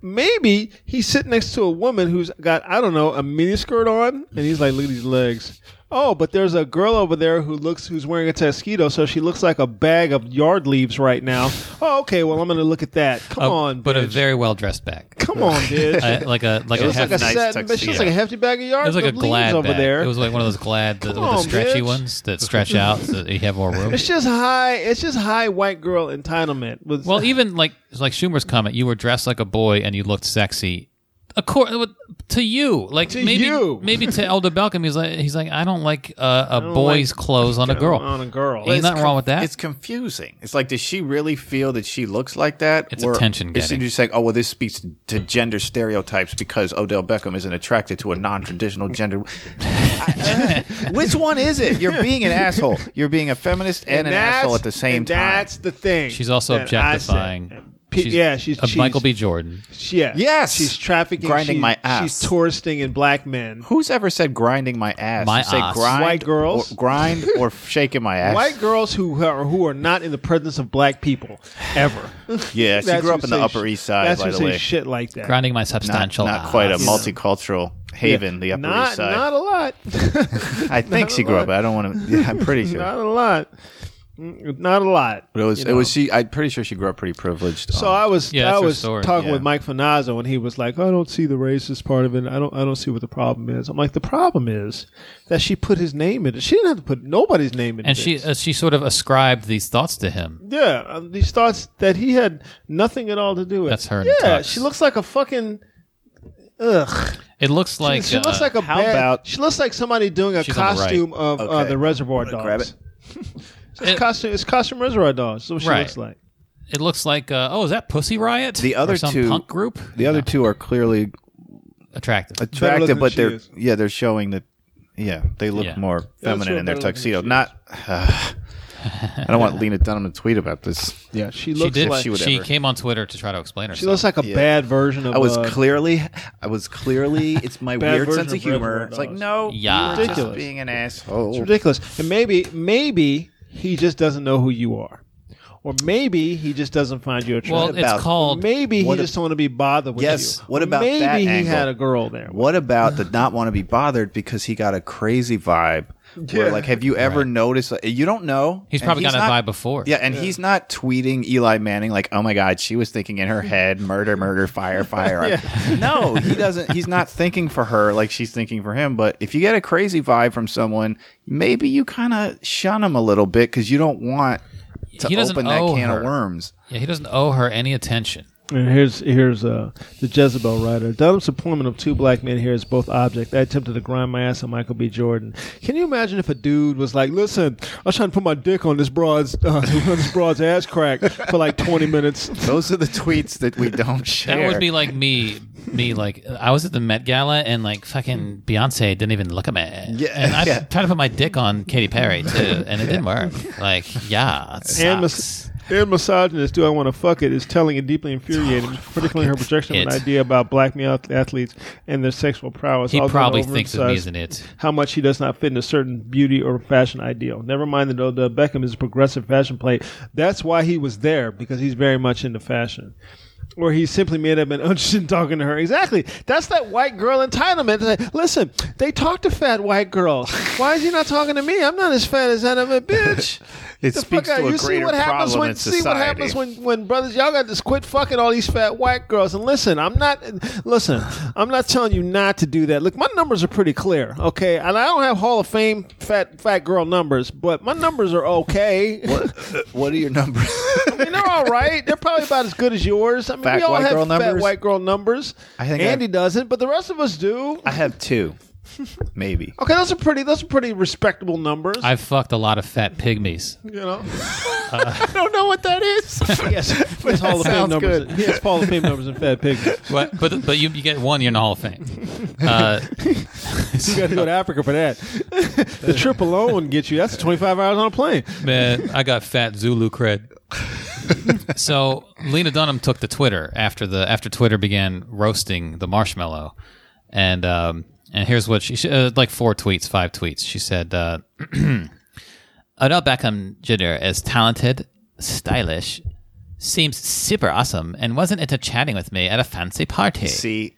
[SPEAKER 2] Maybe he's sitting next to a woman who's got I don't know a miniskirt on, and he's like, "Look at these legs." Oh, but there's a girl over there who looks who's wearing a tuxedo, so she looks like a bag of yard leaves right now. Oh, okay. Well, I'm gonna look at that. Come
[SPEAKER 4] A-
[SPEAKER 2] on,
[SPEAKER 4] Uh, but a
[SPEAKER 2] bitch.
[SPEAKER 4] very well dressed back,
[SPEAKER 2] Come on, bitch.
[SPEAKER 4] Uh, like a like
[SPEAKER 3] It
[SPEAKER 4] a,
[SPEAKER 3] looks
[SPEAKER 4] half,
[SPEAKER 2] like a satin,
[SPEAKER 3] nice
[SPEAKER 2] bitch. She looks
[SPEAKER 3] tuxedo.
[SPEAKER 2] like a hefty bag of
[SPEAKER 4] it
[SPEAKER 2] yard
[SPEAKER 4] was like a
[SPEAKER 2] of leaves
[SPEAKER 4] glad
[SPEAKER 2] over
[SPEAKER 4] bag.
[SPEAKER 2] there.
[SPEAKER 4] It was like one of those glad that, with
[SPEAKER 2] on,
[SPEAKER 4] the stretchy
[SPEAKER 2] bitch.
[SPEAKER 4] ones that stretch out so that you have more room.
[SPEAKER 2] It's just high. It's just high white girl entitlement. With,
[SPEAKER 4] Well, even like like Schumer's comment, you were dressed like a boy and you looked sexy. According to you, like
[SPEAKER 2] To
[SPEAKER 4] maybe
[SPEAKER 2] you.
[SPEAKER 4] maybe to Elder Belkin, he's like he's like I don't like uh, a boy's clothes on a girl.
[SPEAKER 2] on a girl.
[SPEAKER 4] Ain't nothing wrong with that.
[SPEAKER 3] It's confusing. It's like, does she really feel that she looks like that?
[SPEAKER 4] It's attention
[SPEAKER 3] Is she
[SPEAKER 4] getting. Hmm.
[SPEAKER 3] just like, oh, well, this speaks to gender stereotypes because Odell Beckham isn't attracted to a non traditional gender. I- Which one is it? You're being an asshole. You're being a feminist and, an
[SPEAKER 2] that's-
[SPEAKER 3] asshole at the same
[SPEAKER 2] and
[SPEAKER 3] time.
[SPEAKER 2] That's the thing.
[SPEAKER 4] She's also
[SPEAKER 2] that I said.
[SPEAKER 4] objectifying.
[SPEAKER 2] Pe- yeah, she's,
[SPEAKER 4] a
[SPEAKER 2] she's
[SPEAKER 4] Michael B. Jordan.
[SPEAKER 2] Yeah,
[SPEAKER 3] Yes!
[SPEAKER 2] She's trafficking.
[SPEAKER 3] Grinding
[SPEAKER 2] she's-
[SPEAKER 3] my ass.
[SPEAKER 2] She's touristing in black men.
[SPEAKER 3] Who's ever said grinding my ass?
[SPEAKER 4] My
[SPEAKER 3] You say
[SPEAKER 4] ass.
[SPEAKER 3] grind,
[SPEAKER 2] White girls?
[SPEAKER 3] or, grind, or shaking my ass.
[SPEAKER 2] White girls who are who are not in the presence of black people ever.
[SPEAKER 3] Yeah, she
[SPEAKER 2] That's
[SPEAKER 3] grew up
[SPEAKER 2] who
[SPEAKER 3] in the
[SPEAKER 2] say
[SPEAKER 3] Upper
[SPEAKER 2] sh-
[SPEAKER 3] East Side,
[SPEAKER 2] That's
[SPEAKER 3] by
[SPEAKER 2] who
[SPEAKER 3] the
[SPEAKER 2] say
[SPEAKER 3] way.
[SPEAKER 2] shit like that.
[SPEAKER 4] grinding my
[SPEAKER 3] Not,
[SPEAKER 4] substantial.
[SPEAKER 3] not quite a
[SPEAKER 4] ass.
[SPEAKER 3] multicultural Haven, the Upper
[SPEAKER 2] not
[SPEAKER 3] East Side.
[SPEAKER 2] not a lot.
[SPEAKER 3] I think she grew up. I don't want to. Yeah, I'm pretty sure.
[SPEAKER 2] not a lot. Mm, Not a lot.
[SPEAKER 3] But it was
[SPEAKER 2] you
[SPEAKER 3] it was
[SPEAKER 2] know.
[SPEAKER 3] she. I'm pretty sure she grew up pretty privileged.
[SPEAKER 2] So
[SPEAKER 3] um,
[SPEAKER 2] I was
[SPEAKER 4] Yeah, that's
[SPEAKER 2] I
[SPEAKER 4] her
[SPEAKER 2] was
[SPEAKER 4] story,
[SPEAKER 2] talking
[SPEAKER 3] yeah.
[SPEAKER 2] with Mike Finazzo and he was like, I don't see the racist part of it. I don't I don't see what the problem is. I'm like, the problem is that she put his name in it. She didn't have to put nobody's name in
[SPEAKER 4] and
[SPEAKER 2] it.
[SPEAKER 4] she uh, she sort of ascribed these thoughts to him.
[SPEAKER 2] Yeah, uh, these thoughts that he had nothing at all to do with.
[SPEAKER 4] That's her in the
[SPEAKER 2] Yeah,
[SPEAKER 4] tux.
[SPEAKER 2] she looks like a fucking. Ugh.
[SPEAKER 4] It looks like
[SPEAKER 2] she looks
[SPEAKER 4] uh,
[SPEAKER 2] like a
[SPEAKER 3] how
[SPEAKER 2] bad-
[SPEAKER 3] about-
[SPEAKER 2] She looks like somebody doing a
[SPEAKER 4] She's on the right.
[SPEAKER 2] costume of uh,
[SPEAKER 3] Okay.
[SPEAKER 2] the Reservoir Dogs.
[SPEAKER 3] grab
[SPEAKER 2] it's, costume, it's costume Reservoir Dogs. That's what she
[SPEAKER 4] Right.
[SPEAKER 2] looks like.
[SPEAKER 4] it looks like uh, oh is that Pussy Riot?
[SPEAKER 3] The other
[SPEAKER 4] or some
[SPEAKER 3] two-
[SPEAKER 4] punk group.
[SPEAKER 3] the other two are clearly
[SPEAKER 4] attractive.
[SPEAKER 2] looking
[SPEAKER 3] attractive,
[SPEAKER 2] than
[SPEAKER 3] but
[SPEAKER 2] she
[SPEAKER 3] they're
[SPEAKER 2] is.
[SPEAKER 3] yeah they're showing that yeah they look
[SPEAKER 4] Yeah.
[SPEAKER 3] more feminine
[SPEAKER 2] true,
[SPEAKER 3] in their
[SPEAKER 2] better looking
[SPEAKER 3] tuxedo.
[SPEAKER 2] than she
[SPEAKER 3] Not. I don't want Lena Dunham to tweet about this.
[SPEAKER 2] Yeah, she
[SPEAKER 4] She
[SPEAKER 2] looks
[SPEAKER 4] did.
[SPEAKER 2] like
[SPEAKER 4] She,
[SPEAKER 3] she would ever-
[SPEAKER 4] came on Twitter to try to explain herself.
[SPEAKER 2] she looks like a bad version of.
[SPEAKER 3] I was
[SPEAKER 2] uh,
[SPEAKER 3] clearly, I was clearly. It's my
[SPEAKER 2] Bad
[SPEAKER 3] weird
[SPEAKER 2] version
[SPEAKER 3] sense of
[SPEAKER 2] of Red
[SPEAKER 3] humor.
[SPEAKER 2] War
[SPEAKER 3] It's like
[SPEAKER 2] Dogs.
[SPEAKER 3] no,
[SPEAKER 4] Yeah.
[SPEAKER 3] you were just
[SPEAKER 2] Ridiculous.
[SPEAKER 3] being an asshole.
[SPEAKER 2] It's ridiculous. And maybe, maybe he just doesn't know who you are, or maybe he just doesn't find you attractive.
[SPEAKER 4] well,
[SPEAKER 3] about-
[SPEAKER 4] it's called
[SPEAKER 2] maybe he
[SPEAKER 3] What
[SPEAKER 2] just don't want to be bothered with
[SPEAKER 3] Yes,
[SPEAKER 2] you.
[SPEAKER 3] what about
[SPEAKER 2] maybe
[SPEAKER 3] that
[SPEAKER 2] he
[SPEAKER 3] angle?
[SPEAKER 2] had a girl there?
[SPEAKER 3] What about the not want to be bothered because he got a crazy vibe? Where,
[SPEAKER 2] Yeah.
[SPEAKER 3] like, have you ever noticed? like, You don't know.
[SPEAKER 4] He's
[SPEAKER 3] and
[SPEAKER 4] probably gotten a
[SPEAKER 3] not-
[SPEAKER 4] vibe before.
[SPEAKER 3] Yeah, and he's not tweeting Eli Manning like, "Oh my God, she was thinking in her head, murder, murder, fire, fire." No, he doesn't. He's not thinking for her like she's thinking for him. But if you get a crazy vibe from someone, maybe you kind of shun him a little bit because you don't want to
[SPEAKER 4] He doesn't
[SPEAKER 3] open that
[SPEAKER 4] owe
[SPEAKER 3] can
[SPEAKER 4] her.
[SPEAKER 3] of worms.
[SPEAKER 4] Yeah, he doesn't owe her any attention.
[SPEAKER 2] And here's here's uh, the Jezebel writer. Dunham's deployment of two black men here is both object. I attempted to grind my ass on Michael B. Jordan. Can you imagine if a dude was like, "Listen, I was trying to put my dick on this broad's uh, on this broad's ass crack for like 20 minutes."
[SPEAKER 3] Those are the tweets that we don't share.
[SPEAKER 4] That would be like me, me like I was at the Met Gala and like fucking Beyonce didn't even look at me.
[SPEAKER 3] Yeah,
[SPEAKER 4] and I
[SPEAKER 3] yeah.
[SPEAKER 4] tried to put my dick on Katy Perry too, and it didn't work. Like, yeah, it
[SPEAKER 2] And,
[SPEAKER 4] sucks.
[SPEAKER 2] mis- and misogynist, do I want to fuck it? Is telling and deeply infuriating, particularly her projection of an
[SPEAKER 4] It.
[SPEAKER 2] idea about black male ath- athletes and their sexual prowess.
[SPEAKER 4] he
[SPEAKER 2] all done
[SPEAKER 4] probably
[SPEAKER 2] over
[SPEAKER 4] thinks of me
[SPEAKER 2] emphasized
[SPEAKER 4] as an it.
[SPEAKER 2] how much he does not fit in a certain beauty or fashion ideal. Never mind that Odell Beckham is a progressive fashion plate. That's why he was there because he's very much into fashion. Or he simply may have been interested in talking to her. Exactly. That's that white girl entitlement. Like, Listen, they talk to fat white girls. Why is he not talking to me? I'm not as fat as that of a bitch.
[SPEAKER 3] It
[SPEAKER 2] The
[SPEAKER 3] speaks
[SPEAKER 2] fuck out.
[SPEAKER 3] to a
[SPEAKER 2] you see
[SPEAKER 3] greater
[SPEAKER 2] what happens
[SPEAKER 3] problem
[SPEAKER 2] when
[SPEAKER 3] in
[SPEAKER 2] see what happens
[SPEAKER 3] society.
[SPEAKER 2] when when brothers y'all got to quit fucking all these fat white girls and listen I'm not listen I'm not telling you not to do that look my numbers are pretty clear okay and I don't have Hall of Fame fat fat girl numbers but my numbers are okay
[SPEAKER 3] what are your numbers?
[SPEAKER 2] I mean, they're all right they're probably about as good as yours I mean
[SPEAKER 3] Fat
[SPEAKER 2] we all
[SPEAKER 3] white
[SPEAKER 2] have
[SPEAKER 3] girl
[SPEAKER 2] fat
[SPEAKER 3] numbers?
[SPEAKER 2] white girl numbers
[SPEAKER 3] I think
[SPEAKER 2] Andy
[SPEAKER 3] I've-
[SPEAKER 2] doesn't but the rest of us do
[SPEAKER 3] I have two, maybe.
[SPEAKER 2] okay those are pretty those are pretty respectable numbers
[SPEAKER 4] I've fucked a lot of fat pygmies.
[SPEAKER 2] you know.
[SPEAKER 3] I don't know what that is.
[SPEAKER 2] Yes, he has Hall of Fame
[SPEAKER 3] Sounds
[SPEAKER 2] numbers.
[SPEAKER 3] good.
[SPEAKER 2] He has Hall of Fame numbers and fat pigs.
[SPEAKER 4] But but but you, you get one, you're in the Hall of Fame. Uh,
[SPEAKER 2] You got to go to Africa for that. the trip alone gets you. That's 25 hours on a plane.
[SPEAKER 4] Man, I got fat Zulu cred. so Lena Dunham took to Twitter after the after Twitter began roasting the marshmallow, and um, and here's what she, she uh, like four tweets, five tweets. She said, uh, "Odell Beckham Jr. is talented, stylish, seems super awesome, and wasn't into chatting with me at a fancy party."
[SPEAKER 3] See,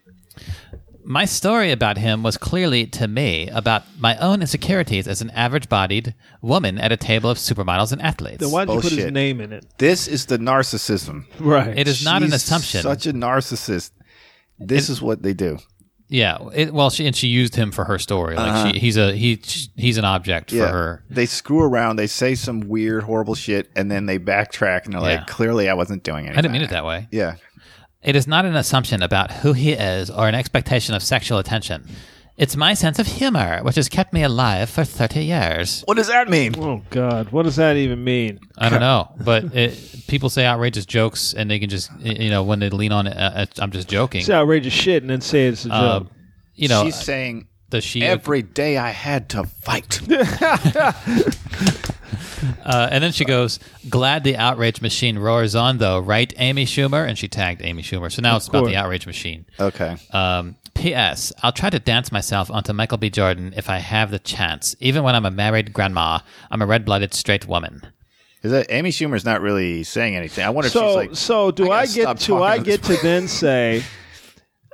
[SPEAKER 4] My story about him was clearly to me about my own insecurities as an average-bodied woman at a table of supermodels and athletes.
[SPEAKER 2] Then why'd you put his
[SPEAKER 3] Bullshit.
[SPEAKER 2] name in it?
[SPEAKER 3] this is the narcissism.
[SPEAKER 2] Right.
[SPEAKER 4] It is not an
[SPEAKER 3] She's
[SPEAKER 4] assumption.
[SPEAKER 3] Such a narcissist. This is what they do.
[SPEAKER 4] yeah. It, well, she and she used him for her story. Like she,
[SPEAKER 3] Uh-huh.
[SPEAKER 4] he's a he he's an object for her.
[SPEAKER 3] They screw around. They say some weird, horrible shit, and then they backtrack and they're
[SPEAKER 4] Yeah.
[SPEAKER 3] like, "Clearly, I wasn't doing anything."
[SPEAKER 4] I didn't mean it that way.
[SPEAKER 3] Yeah.
[SPEAKER 4] It is not an assumption about who he is or an expectation of sexual attention. It's my sense of humor, which has kept me alive for thirty years.
[SPEAKER 3] What does that mean?
[SPEAKER 2] Oh, God. What does that even mean?
[SPEAKER 4] I don't know, but it, people say outrageous jokes, and they can just you know when they lean on it, uh, uh, I'm just joking.
[SPEAKER 2] It's outrageous shit and then say it's a joke.
[SPEAKER 4] Um, you know,
[SPEAKER 3] She's saying
[SPEAKER 4] does she
[SPEAKER 3] every day I had to fight.
[SPEAKER 4] Uh, and then she goes, "Glad the outrage machine roars on, though, right, Amy Schumer?" And she tagged Amy Schumer. So now it's about
[SPEAKER 2] course.
[SPEAKER 4] the outrage machine.
[SPEAKER 3] okay.
[SPEAKER 4] Um, P.S. I'll try to dance myself onto Michael B. Jordan if I have the chance, even when I'm a married grandma. I'm a red-blooded straight woman.
[SPEAKER 3] Is that Amy Schumer's not really saying anything? I wonder if
[SPEAKER 2] So,
[SPEAKER 3] she's like,
[SPEAKER 2] so do I,
[SPEAKER 3] I gotta
[SPEAKER 2] get
[SPEAKER 3] stop
[SPEAKER 2] to I
[SPEAKER 3] talking to
[SPEAKER 2] get to then say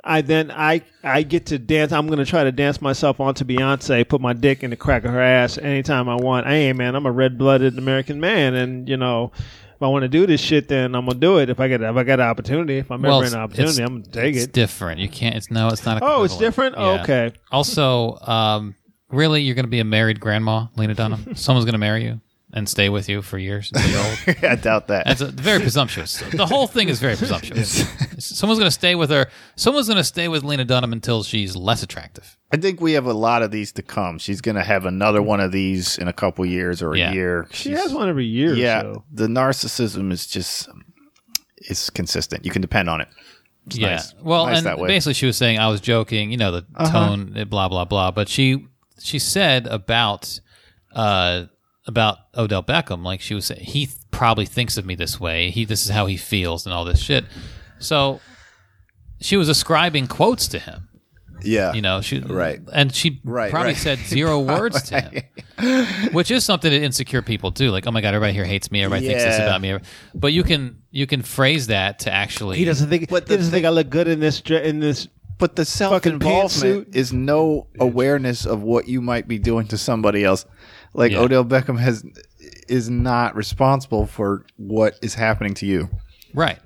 [SPEAKER 2] I then I I get to dance. I'm gonna try to dance myself onto Beyonce, put my dick in the crack of her ass anytime I want. Hey man, I'm a red blooded American man, and you know. If I want to do this shit, then I'm gonna do it. If I get if I got an opportunity, if I'm
[SPEAKER 4] Well,
[SPEAKER 2] ever in an opportunity, I'm gonna take
[SPEAKER 4] it's
[SPEAKER 2] it.
[SPEAKER 4] different. You can't. It's no. It's not.
[SPEAKER 2] Oh, it's
[SPEAKER 4] equivalent.
[SPEAKER 2] different? Oh, okay.
[SPEAKER 4] Also, um, really, you're going to be a married grandma, Lena Dunham. Someone's going to marry you and stay with you for years. And be old.
[SPEAKER 3] I doubt that.
[SPEAKER 4] That's a, very presumptuous. The whole thing is very presumptuous. Someone's going to stay with her. Someone's going to stay with Lena Dunham until she's less attractive.
[SPEAKER 3] I think we have a lot of these to come. She's going to have another one of these in a couple years or a
[SPEAKER 4] Yeah.
[SPEAKER 3] year.
[SPEAKER 2] She
[SPEAKER 3] She's-
[SPEAKER 2] has one every year.
[SPEAKER 3] Yeah,
[SPEAKER 2] or so.
[SPEAKER 3] the narcissism is just it's consistent. You can depend on it.
[SPEAKER 4] yeah.
[SPEAKER 3] nice.
[SPEAKER 4] Well,
[SPEAKER 3] Nice that
[SPEAKER 4] and
[SPEAKER 3] way. Uh-huh.
[SPEAKER 4] basically she was saying I was joking, you know, the tone, eh, blah blah blah. But she she said about uh about Odell Beckham, like she was saying, he th- probably thinks of me this way. He this is how he feels and all this shit. So she was ascribing quotes to him.
[SPEAKER 3] Yeah,
[SPEAKER 4] You know, she
[SPEAKER 3] Right.
[SPEAKER 4] and she
[SPEAKER 3] Right,
[SPEAKER 4] probably
[SPEAKER 3] right.
[SPEAKER 4] said zero words to him, which is something that insecure people do. Like, oh my god, everybody here hates me. Everybody thinks this
[SPEAKER 3] Yeah.
[SPEAKER 4] about me. But you can you can phrase that to actually
[SPEAKER 2] he doesn't think.
[SPEAKER 3] But
[SPEAKER 2] he
[SPEAKER 3] the
[SPEAKER 2] doesn't think I look good in this dre- in this
[SPEAKER 3] But the
[SPEAKER 2] pantsuit.
[SPEAKER 3] self-involvement is no awareness of what you might be doing to somebody else. Like
[SPEAKER 4] Yeah.
[SPEAKER 3] Odell Beckham has is not responsible for what is happening to you.
[SPEAKER 4] Right.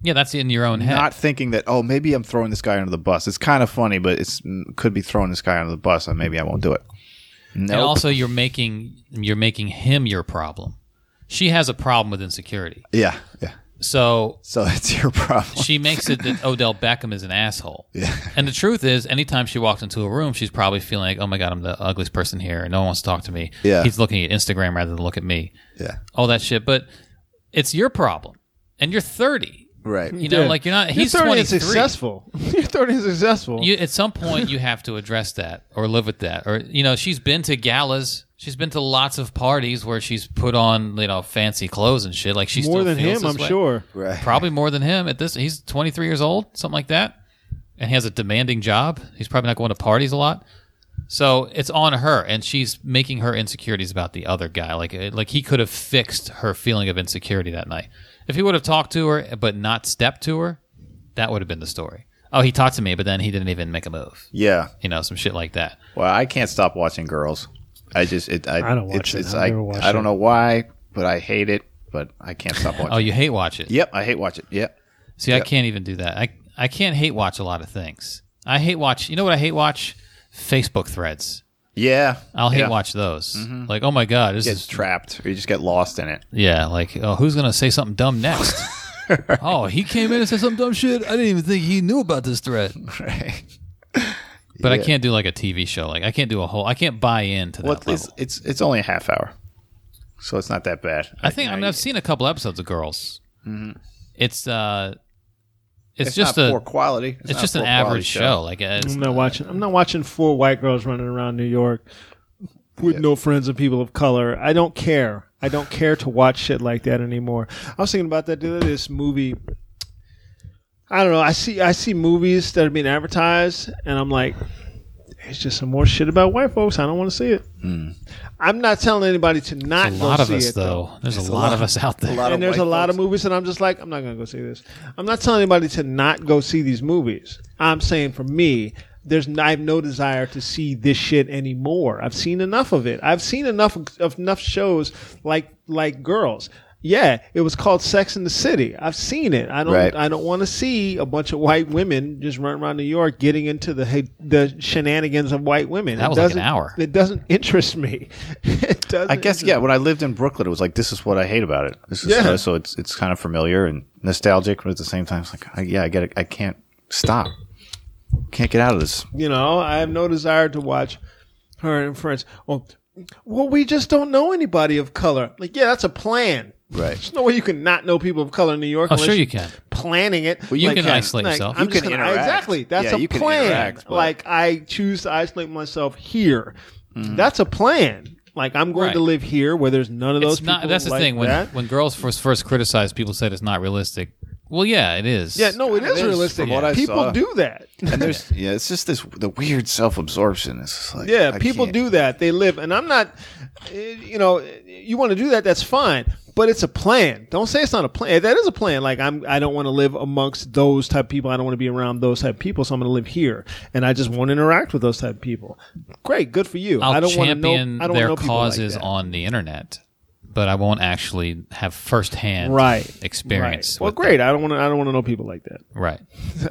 [SPEAKER 4] Yeah, that's in your own head.
[SPEAKER 3] Not thinking that oh maybe I'm throwing this guy under the bus. It's kind of funny, but it's mm, could be throwing this guy under the bus, and maybe I won't do it. No,
[SPEAKER 4] And also you're making you're making him your problem. She has a problem with insecurity.
[SPEAKER 3] yeah, yeah.
[SPEAKER 4] So
[SPEAKER 3] So that's your problem.
[SPEAKER 4] she makes it that Odell Beckham is an asshole. Yeah. And the truth is, anytime she walks into a room, she's probably feeling like, oh my God, I'm the ugliest person here. No one wants to talk to me.
[SPEAKER 3] Yeah.
[SPEAKER 4] He's looking at Instagram rather than look at me.
[SPEAKER 3] Yeah,
[SPEAKER 4] All that shit. But it's your problem. And you're 30.
[SPEAKER 3] right.
[SPEAKER 4] You know,
[SPEAKER 2] Yeah.
[SPEAKER 4] like you're not,
[SPEAKER 2] You're
[SPEAKER 4] he's
[SPEAKER 2] 30
[SPEAKER 4] 23.
[SPEAKER 2] and successful. You're 30 and successful.
[SPEAKER 4] you at some point you have to address that or live with that or you know she's been to galas she's been to lots of parties where she's put on you know fancy clothes and shit like she's
[SPEAKER 2] More than him, I'm sure.
[SPEAKER 3] Right.
[SPEAKER 4] probably more than him at this he's 23 years old something like that and he has a demanding job he's probably not going to parties a lot so it's on her and she's making her insecurities about the other guy like it- like he could have fixed her feeling of insecurity that night if he would have talked to her but not stepped to her that would have been the story oh he talked to me but then he didn't even make a move
[SPEAKER 3] Yeah.
[SPEAKER 4] you know, some shit like that.
[SPEAKER 3] Well, I can't stop watching girls. I just it. I,
[SPEAKER 2] I don't watch
[SPEAKER 3] it's,
[SPEAKER 2] it.
[SPEAKER 3] It's,
[SPEAKER 2] I've
[SPEAKER 3] I,
[SPEAKER 2] never watched
[SPEAKER 3] I don't
[SPEAKER 2] it.
[SPEAKER 3] know why, but I hate it. But I can't stop watching.
[SPEAKER 4] Oh, you hate watch it.
[SPEAKER 3] Yep, I hate watch it. Yep.
[SPEAKER 4] See, I can't even do that. I I can't hate watch a lot of things. I hate watch. You know what I hate watch? Facebook threads.
[SPEAKER 3] Yeah.
[SPEAKER 4] I'll hate
[SPEAKER 3] yeah. Mm-hmm.
[SPEAKER 4] watch those. Like, oh my god, this
[SPEAKER 3] You
[SPEAKER 4] is
[SPEAKER 3] Get trapped, or you just get lost in it.
[SPEAKER 4] yeah. Like, oh, who's gonna say something dumb next? Oh, he came in and said some dumb shit. I didn't even think he knew about this thread.
[SPEAKER 3] Right.
[SPEAKER 4] But I can't do like a TV show. Like, I can't do a whole. I can't buy into that
[SPEAKER 3] Well,
[SPEAKER 4] level.
[SPEAKER 3] it's, it's it's only a half hour, so it's not that bad.
[SPEAKER 4] I think I mean I've seen a couple episodes of Girls. It's uh, it's,
[SPEAKER 3] Mm-hmm. it's
[SPEAKER 4] just
[SPEAKER 3] not
[SPEAKER 4] a
[SPEAKER 3] poor quality. It's,
[SPEAKER 4] it's
[SPEAKER 3] not
[SPEAKER 4] just
[SPEAKER 3] a
[SPEAKER 4] an
[SPEAKER 3] poor quality
[SPEAKER 4] average show. Like, uh, it's
[SPEAKER 2] I'm not watching. I'm not watching four white girls running around New York with no friends and people of color. I don't care. I don't care to watch shit like that anymore. I was thinking about that the other day, this movie. I don't know. I see. I see movies that are being advertised, and I'm like, it's just some more shit about white folks. I don't want to see it. I'm not telling anybody to not
[SPEAKER 4] Hmm. a
[SPEAKER 2] go
[SPEAKER 4] lot of
[SPEAKER 2] see
[SPEAKER 4] us
[SPEAKER 2] it,
[SPEAKER 4] though. There's a lot, of us out there.
[SPEAKER 3] A lot of
[SPEAKER 2] and there's
[SPEAKER 3] white
[SPEAKER 2] a lot
[SPEAKER 3] folks.
[SPEAKER 2] of movies that I'm just like, I'm not going to go see this. I'm not telling anybody to not go see these movies. I'm saying for me, there's n- I have no desire to see this shit anymore. I've seen enough of it. I've seen enough of enough shows like like Girls. Yeah, it was called Sex in the City. I've seen it. I don't.
[SPEAKER 3] Right.
[SPEAKER 2] I don't want to see a bunch of white women just running around New York getting into the he- the shenanigans of white women.
[SPEAKER 4] That
[SPEAKER 2] It
[SPEAKER 4] was like an
[SPEAKER 2] doesn't-
[SPEAKER 4] hour.
[SPEAKER 2] It doesn't interest me. it doesn't.
[SPEAKER 3] I guess yeah. When I lived in Brooklyn, it was like this is what I hate about it. This is uh,
[SPEAKER 2] Yeah.
[SPEAKER 3] so it's it's kind of familiar and nostalgic, but at the same time, it's like I, yeah, I get it. I can't stop. Can't get out of this.
[SPEAKER 2] You know, I have no desire to watch her and friends. Well, well, we just don't know anybody of color. Like, yeah, that's a plan.
[SPEAKER 3] Right.
[SPEAKER 2] There's no way you can not know people of color in New York.
[SPEAKER 4] Oh,
[SPEAKER 2] unless
[SPEAKER 4] sure you
[SPEAKER 2] you're
[SPEAKER 4] can.
[SPEAKER 2] Planning it. Well,
[SPEAKER 4] you can isolate yourself.
[SPEAKER 2] I'm
[SPEAKER 3] You
[SPEAKER 2] just
[SPEAKER 3] can
[SPEAKER 2] gonna-
[SPEAKER 3] interact.
[SPEAKER 2] Exactly. That's
[SPEAKER 3] Yeah,
[SPEAKER 2] a
[SPEAKER 3] you can
[SPEAKER 2] plan.
[SPEAKER 3] interact, but-
[SPEAKER 2] Like, I choose to isolate myself here.
[SPEAKER 3] Mm.
[SPEAKER 2] That's a plan. Like, I'm going
[SPEAKER 4] Right.
[SPEAKER 2] to live here where there's none of those
[SPEAKER 4] It's not.
[SPEAKER 2] people
[SPEAKER 4] That's the
[SPEAKER 2] like
[SPEAKER 4] thing. When
[SPEAKER 2] that.
[SPEAKER 4] when girls first first criticized, people said it's not realistic. Well, yeah, it is.
[SPEAKER 2] Yeah, no, it
[SPEAKER 3] It
[SPEAKER 2] is
[SPEAKER 3] is,
[SPEAKER 2] realistic.
[SPEAKER 3] from what I
[SPEAKER 2] people
[SPEAKER 3] saw.
[SPEAKER 2] do that.
[SPEAKER 3] And there's yeah, it's just this the weird self absorption. It's just like
[SPEAKER 2] Yeah,
[SPEAKER 3] I
[SPEAKER 2] people
[SPEAKER 3] can't-
[SPEAKER 2] do that. They live, and I'm not. eh, You know, you want to do that. That's fine, but it's a plan. Don't say it's not a plan. That is a plan. Like I'm, I don't want to live amongst those type of people. I don't want to be around those type of people. So I'm going to live here, and I just want to interact with those type of people. Great, good for you.
[SPEAKER 4] I'll
[SPEAKER 2] I do not want to know. I
[SPEAKER 4] champion
[SPEAKER 2] don't wanna
[SPEAKER 4] their
[SPEAKER 2] know people like
[SPEAKER 4] causes
[SPEAKER 2] that.
[SPEAKER 4] on the internet, but I won't actually have firsthand
[SPEAKER 2] right
[SPEAKER 4] experience.
[SPEAKER 2] Right. Well,
[SPEAKER 4] with
[SPEAKER 2] great. I don't want to. I don't want to know people like that.
[SPEAKER 4] them. Right.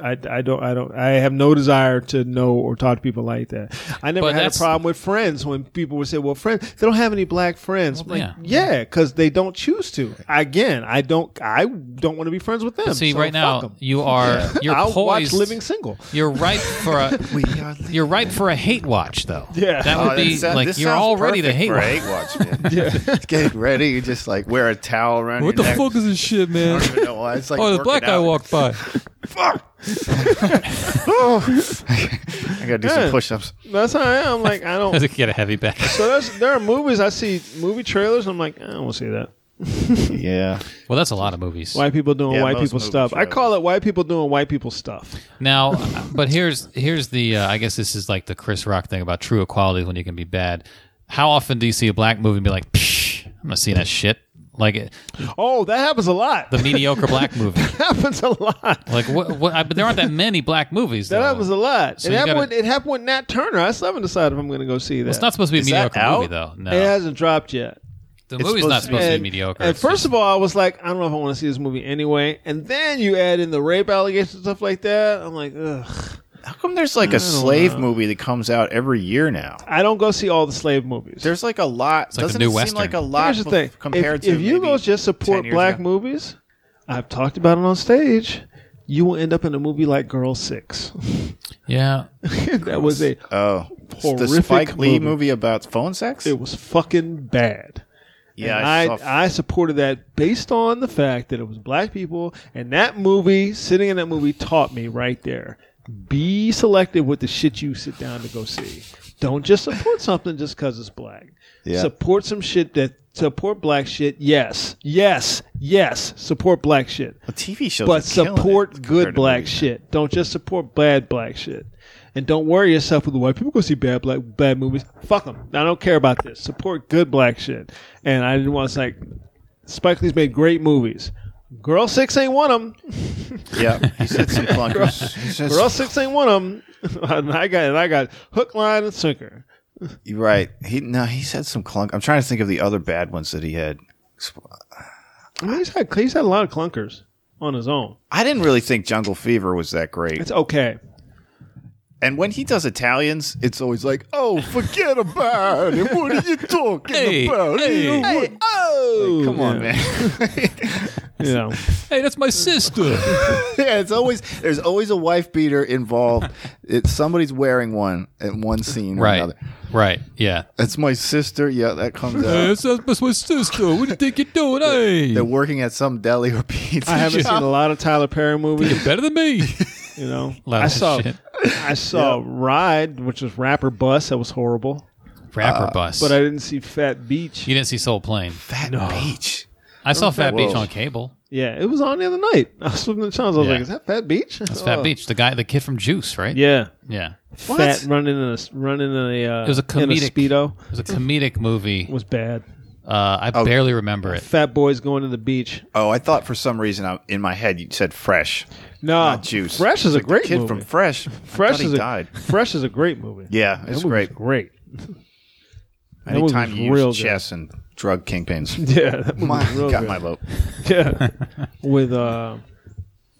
[SPEAKER 2] I, I don't I don't I have no desire to know or talk to people like that. I never
[SPEAKER 4] But
[SPEAKER 2] had a
[SPEAKER 4] that's-
[SPEAKER 2] problem with friends when people would say, "Well, friends, they don't have any black friends."
[SPEAKER 4] Well,
[SPEAKER 2] Like, yeah, because they don't choose to. Again, I don't I don't want to be friends with them.
[SPEAKER 4] See,
[SPEAKER 2] so fuck
[SPEAKER 4] right now
[SPEAKER 2] 'em.
[SPEAKER 4] you are you're
[SPEAKER 2] I'll
[SPEAKER 4] poised.
[SPEAKER 2] watch Living Single.
[SPEAKER 4] You're ripe for a
[SPEAKER 3] We are li-
[SPEAKER 4] you're ripe for a hate watch though.
[SPEAKER 2] Yeah.
[SPEAKER 4] that
[SPEAKER 3] Oh,
[SPEAKER 4] would be
[SPEAKER 3] that sound-
[SPEAKER 4] like
[SPEAKER 3] this
[SPEAKER 4] you're
[SPEAKER 3] sounds
[SPEAKER 4] all ready to
[SPEAKER 3] perfect
[SPEAKER 4] hate
[SPEAKER 3] for a
[SPEAKER 4] watch.
[SPEAKER 3] hate watch. Man. yeah, get ready. You just like wear a towel around. your neck.
[SPEAKER 4] is this shit,
[SPEAKER 3] I
[SPEAKER 4] man?
[SPEAKER 3] don't even know why. It's like
[SPEAKER 4] Oh, the
[SPEAKER 3] working
[SPEAKER 4] black guy
[SPEAKER 3] out.
[SPEAKER 4] walked by.
[SPEAKER 3] Fuck. I gotta do
[SPEAKER 2] Yeah.
[SPEAKER 3] some push-ups.
[SPEAKER 2] That's how I am. I'm Like I don't.
[SPEAKER 4] Get a heavy back.
[SPEAKER 2] So that's, there are movies I see movie trailers. and I'm like I don't want to see that.
[SPEAKER 3] Yeah.
[SPEAKER 4] Well, that's a lot of movies.
[SPEAKER 2] White people doing
[SPEAKER 3] Yeah,
[SPEAKER 2] white
[SPEAKER 3] most
[SPEAKER 2] people
[SPEAKER 3] movie
[SPEAKER 2] stuff. I
[SPEAKER 3] trailers.
[SPEAKER 2] call it white people doing white people stuff.
[SPEAKER 4] Now, but here's here's the uh, I guess this is like the Chris Rock thing about true equality when you can be bad. How often do you see a black movie and be like, Psh, I'm not seeing that shit. Like it-
[SPEAKER 2] Oh, that happens a lot.
[SPEAKER 4] the mediocre black movie.
[SPEAKER 2] happens a lot.
[SPEAKER 4] Like what? what I, but there aren't that many black movies.
[SPEAKER 2] That
[SPEAKER 4] though.
[SPEAKER 2] happens a lot.
[SPEAKER 4] So
[SPEAKER 2] it,
[SPEAKER 4] you
[SPEAKER 2] happened
[SPEAKER 4] gotta-
[SPEAKER 2] with, it happened with Nat Turner. I still haven't decided if I'm going to go see that.
[SPEAKER 4] It's not supposed to be a
[SPEAKER 3] Is that
[SPEAKER 4] mediocre movie though.
[SPEAKER 3] out?
[SPEAKER 4] No,
[SPEAKER 2] It hasn't dropped yet.
[SPEAKER 4] the
[SPEAKER 3] it's
[SPEAKER 4] movie's not
[SPEAKER 3] supposed to
[SPEAKER 4] supposed to be
[SPEAKER 2] And-
[SPEAKER 4] mediocre.
[SPEAKER 2] And
[SPEAKER 4] It's
[SPEAKER 2] first of all, I was like, I don't know if I want to see this movie anyway. And then you add in the rape allegations and stuff like that. I'm like, ugh.
[SPEAKER 3] How come there's like a slave movie that comes out every year now?
[SPEAKER 2] I don't go see all the slave movies.
[SPEAKER 3] There's like a lot.
[SPEAKER 4] like a
[SPEAKER 3] doesn't
[SPEAKER 4] new
[SPEAKER 3] it seem
[SPEAKER 4] Western.
[SPEAKER 3] like a lot
[SPEAKER 2] Here's the
[SPEAKER 3] bef-
[SPEAKER 2] thing.
[SPEAKER 3] compared
[SPEAKER 2] if,
[SPEAKER 3] to
[SPEAKER 2] if you
[SPEAKER 3] maybe
[SPEAKER 2] go just
[SPEAKER 3] 10
[SPEAKER 2] support
[SPEAKER 3] years
[SPEAKER 2] black
[SPEAKER 3] ago?
[SPEAKER 2] movies, I've talked about it on stage. You will end up in a movie like Girl Six.
[SPEAKER 4] yeah,
[SPEAKER 2] that was a
[SPEAKER 3] Oh, it's the
[SPEAKER 2] Horrific
[SPEAKER 3] Spike Lee
[SPEAKER 2] movie.
[SPEAKER 3] movie. about phone sex.
[SPEAKER 2] it was fucking bad.
[SPEAKER 3] yeah,
[SPEAKER 2] And I,
[SPEAKER 3] saw f-
[SPEAKER 2] I, supported that based on the fact that it was black people, and that movie, sitting in that movie, taught me right there: be selective with the shit you sit down to go see. Don't just support something just because it's black.
[SPEAKER 3] Yeah.
[SPEAKER 2] Support some shit that support black shit. Yes, yes, yes. Support black shit,
[SPEAKER 3] the TV shows,
[SPEAKER 2] but
[SPEAKER 3] are killing
[SPEAKER 2] support
[SPEAKER 3] it
[SPEAKER 2] good
[SPEAKER 3] compared to
[SPEAKER 2] black
[SPEAKER 3] movies.
[SPEAKER 2] shit. Don't just support bad black shit. And don't worry yourself with the white people go see bad black bad movies. Fuck them. I don't care about this. Support good black shit. And I didn't want to like Spike Lee's made great movies. Girl Six ain't one of them.
[SPEAKER 3] Yeah, he said some clunkers. He said
[SPEAKER 2] Girl Six ain't one of them. and I got and I got hook, line, and sinker.
[SPEAKER 3] You're right. He no, he said some clunk. I'm trying to think of the other bad ones that he had.
[SPEAKER 2] I mean, he's had he's had a lot of clunkers on his own.
[SPEAKER 3] I didn't really think Jungle Fever was that great.
[SPEAKER 2] It's okay.
[SPEAKER 3] And when he does Italians, it's always like, "Oh, forget about it. What are you talking
[SPEAKER 4] Hey,
[SPEAKER 3] about?
[SPEAKER 4] hey,
[SPEAKER 3] You what-
[SPEAKER 2] Oh,
[SPEAKER 3] Come on, man.
[SPEAKER 2] You know,
[SPEAKER 4] hey, that's my sister.
[SPEAKER 3] yeah, it's always there's always a wife beater involved. It's somebody's wearing one at one scene or
[SPEAKER 4] right,
[SPEAKER 3] another.
[SPEAKER 4] right, yeah.
[SPEAKER 3] That's my sister. Yeah, that comes out.
[SPEAKER 4] that's my sister. What do you think you're doing? Hey,
[SPEAKER 3] They're working at some deli or pizza.
[SPEAKER 2] I haven't seen
[SPEAKER 3] shop.
[SPEAKER 2] a lot of Tyler Perry movies.
[SPEAKER 4] better than me.
[SPEAKER 2] You know,
[SPEAKER 4] Loud
[SPEAKER 2] I saw
[SPEAKER 4] shit.
[SPEAKER 2] I saw Ride, which was Rapper Bus. That was horrible.
[SPEAKER 4] Rapper
[SPEAKER 3] Uh,
[SPEAKER 4] bus.
[SPEAKER 2] But I didn't see Fat Beach.
[SPEAKER 4] you didn't see Soul Plane.
[SPEAKER 3] Fat Beach.
[SPEAKER 4] I saw Fat Beach
[SPEAKER 3] Whoa.
[SPEAKER 4] on cable.
[SPEAKER 2] Yeah, it was on the other night. I was flipping the channels. I was
[SPEAKER 4] Yeah.
[SPEAKER 2] like, "Is that Fat Beach?" Oh.
[SPEAKER 4] It's Fat Beach, the guy, the kid from Juice, right?
[SPEAKER 2] Yeah,
[SPEAKER 4] yeah.
[SPEAKER 2] Fat running in a running in a. Uh,
[SPEAKER 4] It was a
[SPEAKER 2] in
[SPEAKER 4] comedic-
[SPEAKER 2] speedo.
[SPEAKER 4] It was a comedic movie.
[SPEAKER 2] It was bad.
[SPEAKER 4] Uh, I barely remember it.
[SPEAKER 2] Fat boys going to the beach.
[SPEAKER 3] Oh, I thought for some reason I, in my head you said Fresh,
[SPEAKER 2] No,
[SPEAKER 3] not Juice.
[SPEAKER 2] Fresh is a
[SPEAKER 3] Like the
[SPEAKER 2] great
[SPEAKER 3] kid
[SPEAKER 2] movie.
[SPEAKER 3] from Fresh. I
[SPEAKER 2] Fresh
[SPEAKER 3] thought he
[SPEAKER 2] is a
[SPEAKER 3] died.
[SPEAKER 2] Fresh is a great movie.
[SPEAKER 3] Yeah,
[SPEAKER 2] That
[SPEAKER 3] it's
[SPEAKER 2] movie was
[SPEAKER 3] great.
[SPEAKER 2] Great. movie was
[SPEAKER 3] Anytime you
[SPEAKER 2] real
[SPEAKER 3] use
[SPEAKER 2] good.
[SPEAKER 3] chess and drug kingpins,
[SPEAKER 2] Yeah, that movie
[SPEAKER 3] my,
[SPEAKER 2] was real
[SPEAKER 3] got
[SPEAKER 2] good.
[SPEAKER 3] my vote.
[SPEAKER 2] Yeah, with uh,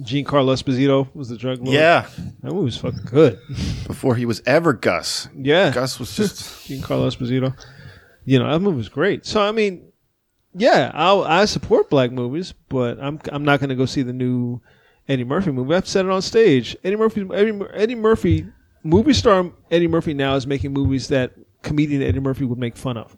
[SPEAKER 2] Giancarlo Esposito was the drug lord.
[SPEAKER 3] Yeah,
[SPEAKER 2] that movie was fucking good.
[SPEAKER 3] before he was ever Gus.
[SPEAKER 2] Yeah,
[SPEAKER 3] Gus was just
[SPEAKER 2] Giancarlo Esposito. You know that movie was great. So I mean, yeah, I I support black movies, but I'm I'm not going to go see the new Eddie Murphy movie. I've said it on stage. Eddie Murphy Eddie, Mur- Eddie Murphy movie star Eddie Murphy now is making movies that comedian Eddie Murphy would make fun of.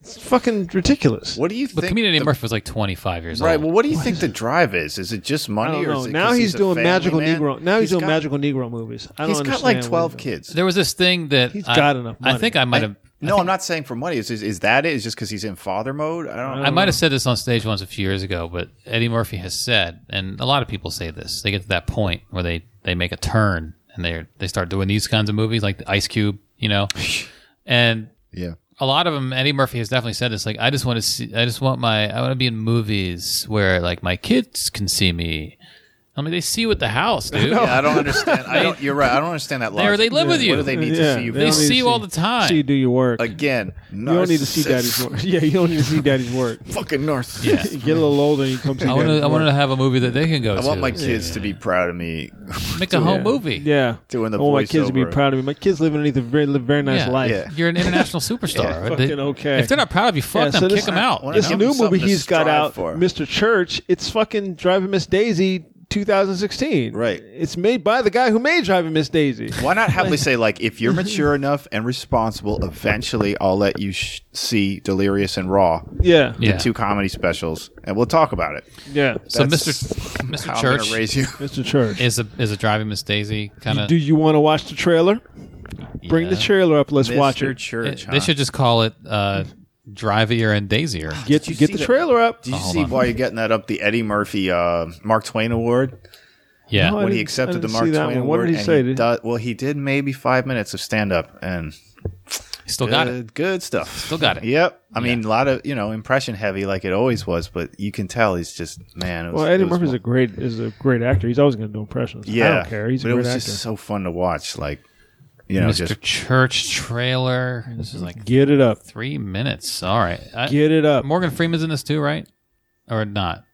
[SPEAKER 2] It's fucking ridiculous.
[SPEAKER 3] What do you
[SPEAKER 4] But
[SPEAKER 3] think?
[SPEAKER 4] comedian Eddie
[SPEAKER 3] the-
[SPEAKER 4] Murphy was like 25 years
[SPEAKER 3] right.
[SPEAKER 4] old.
[SPEAKER 3] Well, what do you think the drive is? Is it just
[SPEAKER 2] I don't
[SPEAKER 3] money, or
[SPEAKER 2] know.
[SPEAKER 3] is it
[SPEAKER 2] Now
[SPEAKER 3] 'cause
[SPEAKER 2] he's,
[SPEAKER 3] a
[SPEAKER 2] doing
[SPEAKER 3] family
[SPEAKER 2] magical
[SPEAKER 3] man?
[SPEAKER 2] Negro. Now he's, doing
[SPEAKER 3] got,
[SPEAKER 2] magical Negro movies. I don't
[SPEAKER 3] He's got
[SPEAKER 2] understand
[SPEAKER 3] like
[SPEAKER 2] what
[SPEAKER 3] twelve
[SPEAKER 2] doing.
[SPEAKER 3] kids.
[SPEAKER 4] there was this thing that
[SPEAKER 2] He's
[SPEAKER 4] I,
[SPEAKER 2] got enough
[SPEAKER 4] I think
[SPEAKER 2] money.
[SPEAKER 4] I might have
[SPEAKER 3] No, I'm not saying for money. Is is, is that it? Is just because he's in father mode? I don't.
[SPEAKER 4] I might have said this on stage once a few years ago, but Eddie Murphy has said, and a lot of people say this, they get to that point where they, they make a turn and they they start doing these kinds of movies like the Ice Cube, you know, and
[SPEAKER 3] yeah.
[SPEAKER 4] a lot of them. Eddie Murphy has definitely said this. Like, I just want to see. I just want my. I want to be in movies where like my kids can see me. I mean, they see you at the house, dude.
[SPEAKER 3] Yeah, I don't understand. I don't. You're right. I don't understand that
[SPEAKER 4] Oh. They,
[SPEAKER 3] logic.
[SPEAKER 4] they live with you.
[SPEAKER 3] What do they need
[SPEAKER 2] Yeah,
[SPEAKER 3] to see you?
[SPEAKER 2] they don't
[SPEAKER 3] for?
[SPEAKER 2] need
[SPEAKER 4] see
[SPEAKER 2] to
[SPEAKER 4] you all the time.
[SPEAKER 2] See you do your work.
[SPEAKER 3] Again,
[SPEAKER 2] you don't need to see
[SPEAKER 3] narcissist.
[SPEAKER 2] daddy's work. Yeah, you don't need to see daddy's work.
[SPEAKER 3] Fucking narcissist.
[SPEAKER 4] Yeah.
[SPEAKER 2] You get a little older and you come see
[SPEAKER 4] I want
[SPEAKER 2] daddy's
[SPEAKER 4] to. I
[SPEAKER 2] work.
[SPEAKER 4] want to have a movie that they can go
[SPEAKER 3] I
[SPEAKER 4] to.
[SPEAKER 3] want my kids to be proud of me.
[SPEAKER 4] make a home
[SPEAKER 2] yeah.
[SPEAKER 4] movie.
[SPEAKER 2] Yeah.
[SPEAKER 3] Doing the
[SPEAKER 2] I want my kids to be
[SPEAKER 3] voiceover.
[SPEAKER 2] proud of me. My kids live underneath a very, live a very nice
[SPEAKER 4] Yeah.
[SPEAKER 2] life.
[SPEAKER 3] Yeah.
[SPEAKER 4] You're an international superstar.
[SPEAKER 2] Fucking
[SPEAKER 4] They-
[SPEAKER 2] okay.
[SPEAKER 4] If they're not proud of you, fuck
[SPEAKER 2] Yeah,
[SPEAKER 4] them.
[SPEAKER 2] so
[SPEAKER 4] kick
[SPEAKER 2] this-
[SPEAKER 4] them out.
[SPEAKER 3] I wanna
[SPEAKER 4] you
[SPEAKER 2] This
[SPEAKER 3] give
[SPEAKER 4] know?
[SPEAKER 3] them
[SPEAKER 2] new movie
[SPEAKER 3] something to
[SPEAKER 2] he's got
[SPEAKER 3] strive
[SPEAKER 2] out,
[SPEAKER 3] for.
[SPEAKER 2] Mr. Church, it's fucking Driving Miss Daisy 2016.
[SPEAKER 3] Right.
[SPEAKER 2] It's made by the guy who made Driving Miss Daisy.
[SPEAKER 3] Why not have they say like, if you're mature enough and responsible, eventually I'll let you sh- see Delirious and Raw,
[SPEAKER 2] Yeah.
[SPEAKER 4] Yeah.
[SPEAKER 3] the two comedy specials, and we'll talk about it.
[SPEAKER 2] Yeah.
[SPEAKER 4] So
[SPEAKER 3] That's
[SPEAKER 4] Mr. Mr.
[SPEAKER 3] How I'm gonna
[SPEAKER 4] Church
[SPEAKER 3] raise you.
[SPEAKER 2] Mr. Church.
[SPEAKER 4] is a is a driving Miss Daisy kind of.
[SPEAKER 2] Do you want to watch the trailer? Bring the trailer up. Let's watch
[SPEAKER 3] Mr.
[SPEAKER 2] it.
[SPEAKER 3] Church.
[SPEAKER 4] eh, They
[SPEAKER 3] huh?
[SPEAKER 4] should just call it uh, Drivier and Daisier.
[SPEAKER 2] Get
[SPEAKER 3] Did you
[SPEAKER 2] get
[SPEAKER 3] see
[SPEAKER 2] the
[SPEAKER 3] that-
[SPEAKER 2] trailer up.
[SPEAKER 3] Did you
[SPEAKER 4] hold
[SPEAKER 3] see
[SPEAKER 4] on.
[SPEAKER 3] while you're getting that up the Eddie Murphy uh, Mark Twain Award?
[SPEAKER 4] Yeah.
[SPEAKER 2] No, I
[SPEAKER 3] when
[SPEAKER 2] didn't-
[SPEAKER 3] he
[SPEAKER 2] I
[SPEAKER 3] accepted the
[SPEAKER 2] didn't
[SPEAKER 3] Mark
[SPEAKER 2] see
[SPEAKER 3] Twain
[SPEAKER 2] that
[SPEAKER 3] Award.
[SPEAKER 2] one. What did he
[SPEAKER 3] and
[SPEAKER 2] say? Did-
[SPEAKER 3] do- well, he did maybe five minutes of stand up and
[SPEAKER 4] Still
[SPEAKER 3] good,
[SPEAKER 4] got it.
[SPEAKER 3] good stuff.
[SPEAKER 4] Still got it.
[SPEAKER 3] Yep. I mean, a lot of you know impression heavy like it always was, but you can tell he's just man. It was,
[SPEAKER 2] Well, Eddie
[SPEAKER 3] it was
[SPEAKER 2] Murphy's
[SPEAKER 3] fun.
[SPEAKER 2] a great is a great actor. He's always going to do impressions.
[SPEAKER 3] yeah.
[SPEAKER 2] I don't care. He's a
[SPEAKER 3] but it
[SPEAKER 2] great
[SPEAKER 3] was
[SPEAKER 2] actor.
[SPEAKER 3] just so fun to watch. Like you know,
[SPEAKER 4] Mr.
[SPEAKER 3] just
[SPEAKER 4] Church trailer. This is like
[SPEAKER 2] Get it up.
[SPEAKER 4] three minutes. All right. I-
[SPEAKER 2] Get it up.
[SPEAKER 4] Morgan Freeman's in this too, right? Or not?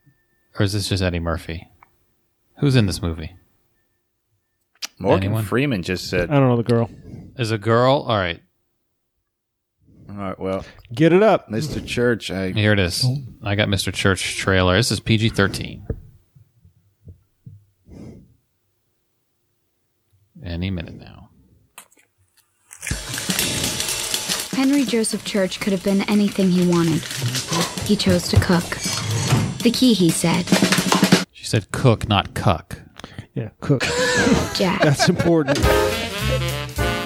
[SPEAKER 4] Or is this just Eddie Murphy? Who's in this movie?
[SPEAKER 3] Morgan
[SPEAKER 4] anyone?
[SPEAKER 3] Freeman just said,
[SPEAKER 2] I don't know the girl.
[SPEAKER 4] Is a girl? All right.
[SPEAKER 3] "All right, well,
[SPEAKER 2] Get it up.
[SPEAKER 3] Mr. Church, I
[SPEAKER 4] Here it is. I got Mr. Church trailer. This is PG 13. Any minute now.
[SPEAKER 5] Henry Joseph Church could have been anything he wanted. He chose to cook. The key, he said,
[SPEAKER 4] She said cook, not cuck.
[SPEAKER 2] Yeah, cook.
[SPEAKER 5] Jack.
[SPEAKER 2] That's important.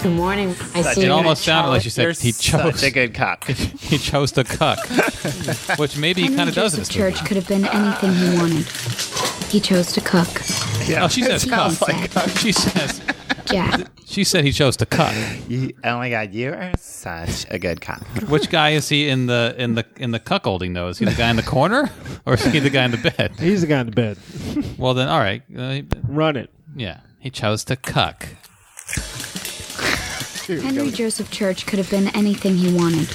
[SPEAKER 6] Good morning. I see
[SPEAKER 4] It
[SPEAKER 6] you're
[SPEAKER 4] almost
[SPEAKER 6] at
[SPEAKER 4] sounded like she
[SPEAKER 6] Charlotte.
[SPEAKER 4] said he chose.
[SPEAKER 3] such a good cock."
[SPEAKER 4] he chose to cuck, which maybe he kind
[SPEAKER 5] Henry
[SPEAKER 4] of does in
[SPEAKER 5] Joseph
[SPEAKER 4] this movie.
[SPEAKER 5] Church could have been anything he wanted. He chose to cook.
[SPEAKER 3] yeah,
[SPEAKER 4] Oh, she says
[SPEAKER 5] He
[SPEAKER 4] cuck.
[SPEAKER 5] said,
[SPEAKER 4] She says
[SPEAKER 5] Jack.
[SPEAKER 4] she said he chose to cuck.
[SPEAKER 3] You- oh my god, you are such a good cock.
[SPEAKER 4] Which guy is he in the in the in the cuckolding though? Is he the guy in the corner or is he the guy in the bed?
[SPEAKER 2] He's the guy in the bed.
[SPEAKER 4] Well then, all right, uh, he-
[SPEAKER 2] Run it.
[SPEAKER 4] yeah, he chose to cuck.
[SPEAKER 5] Henry Joseph Church could have been anything he wanted.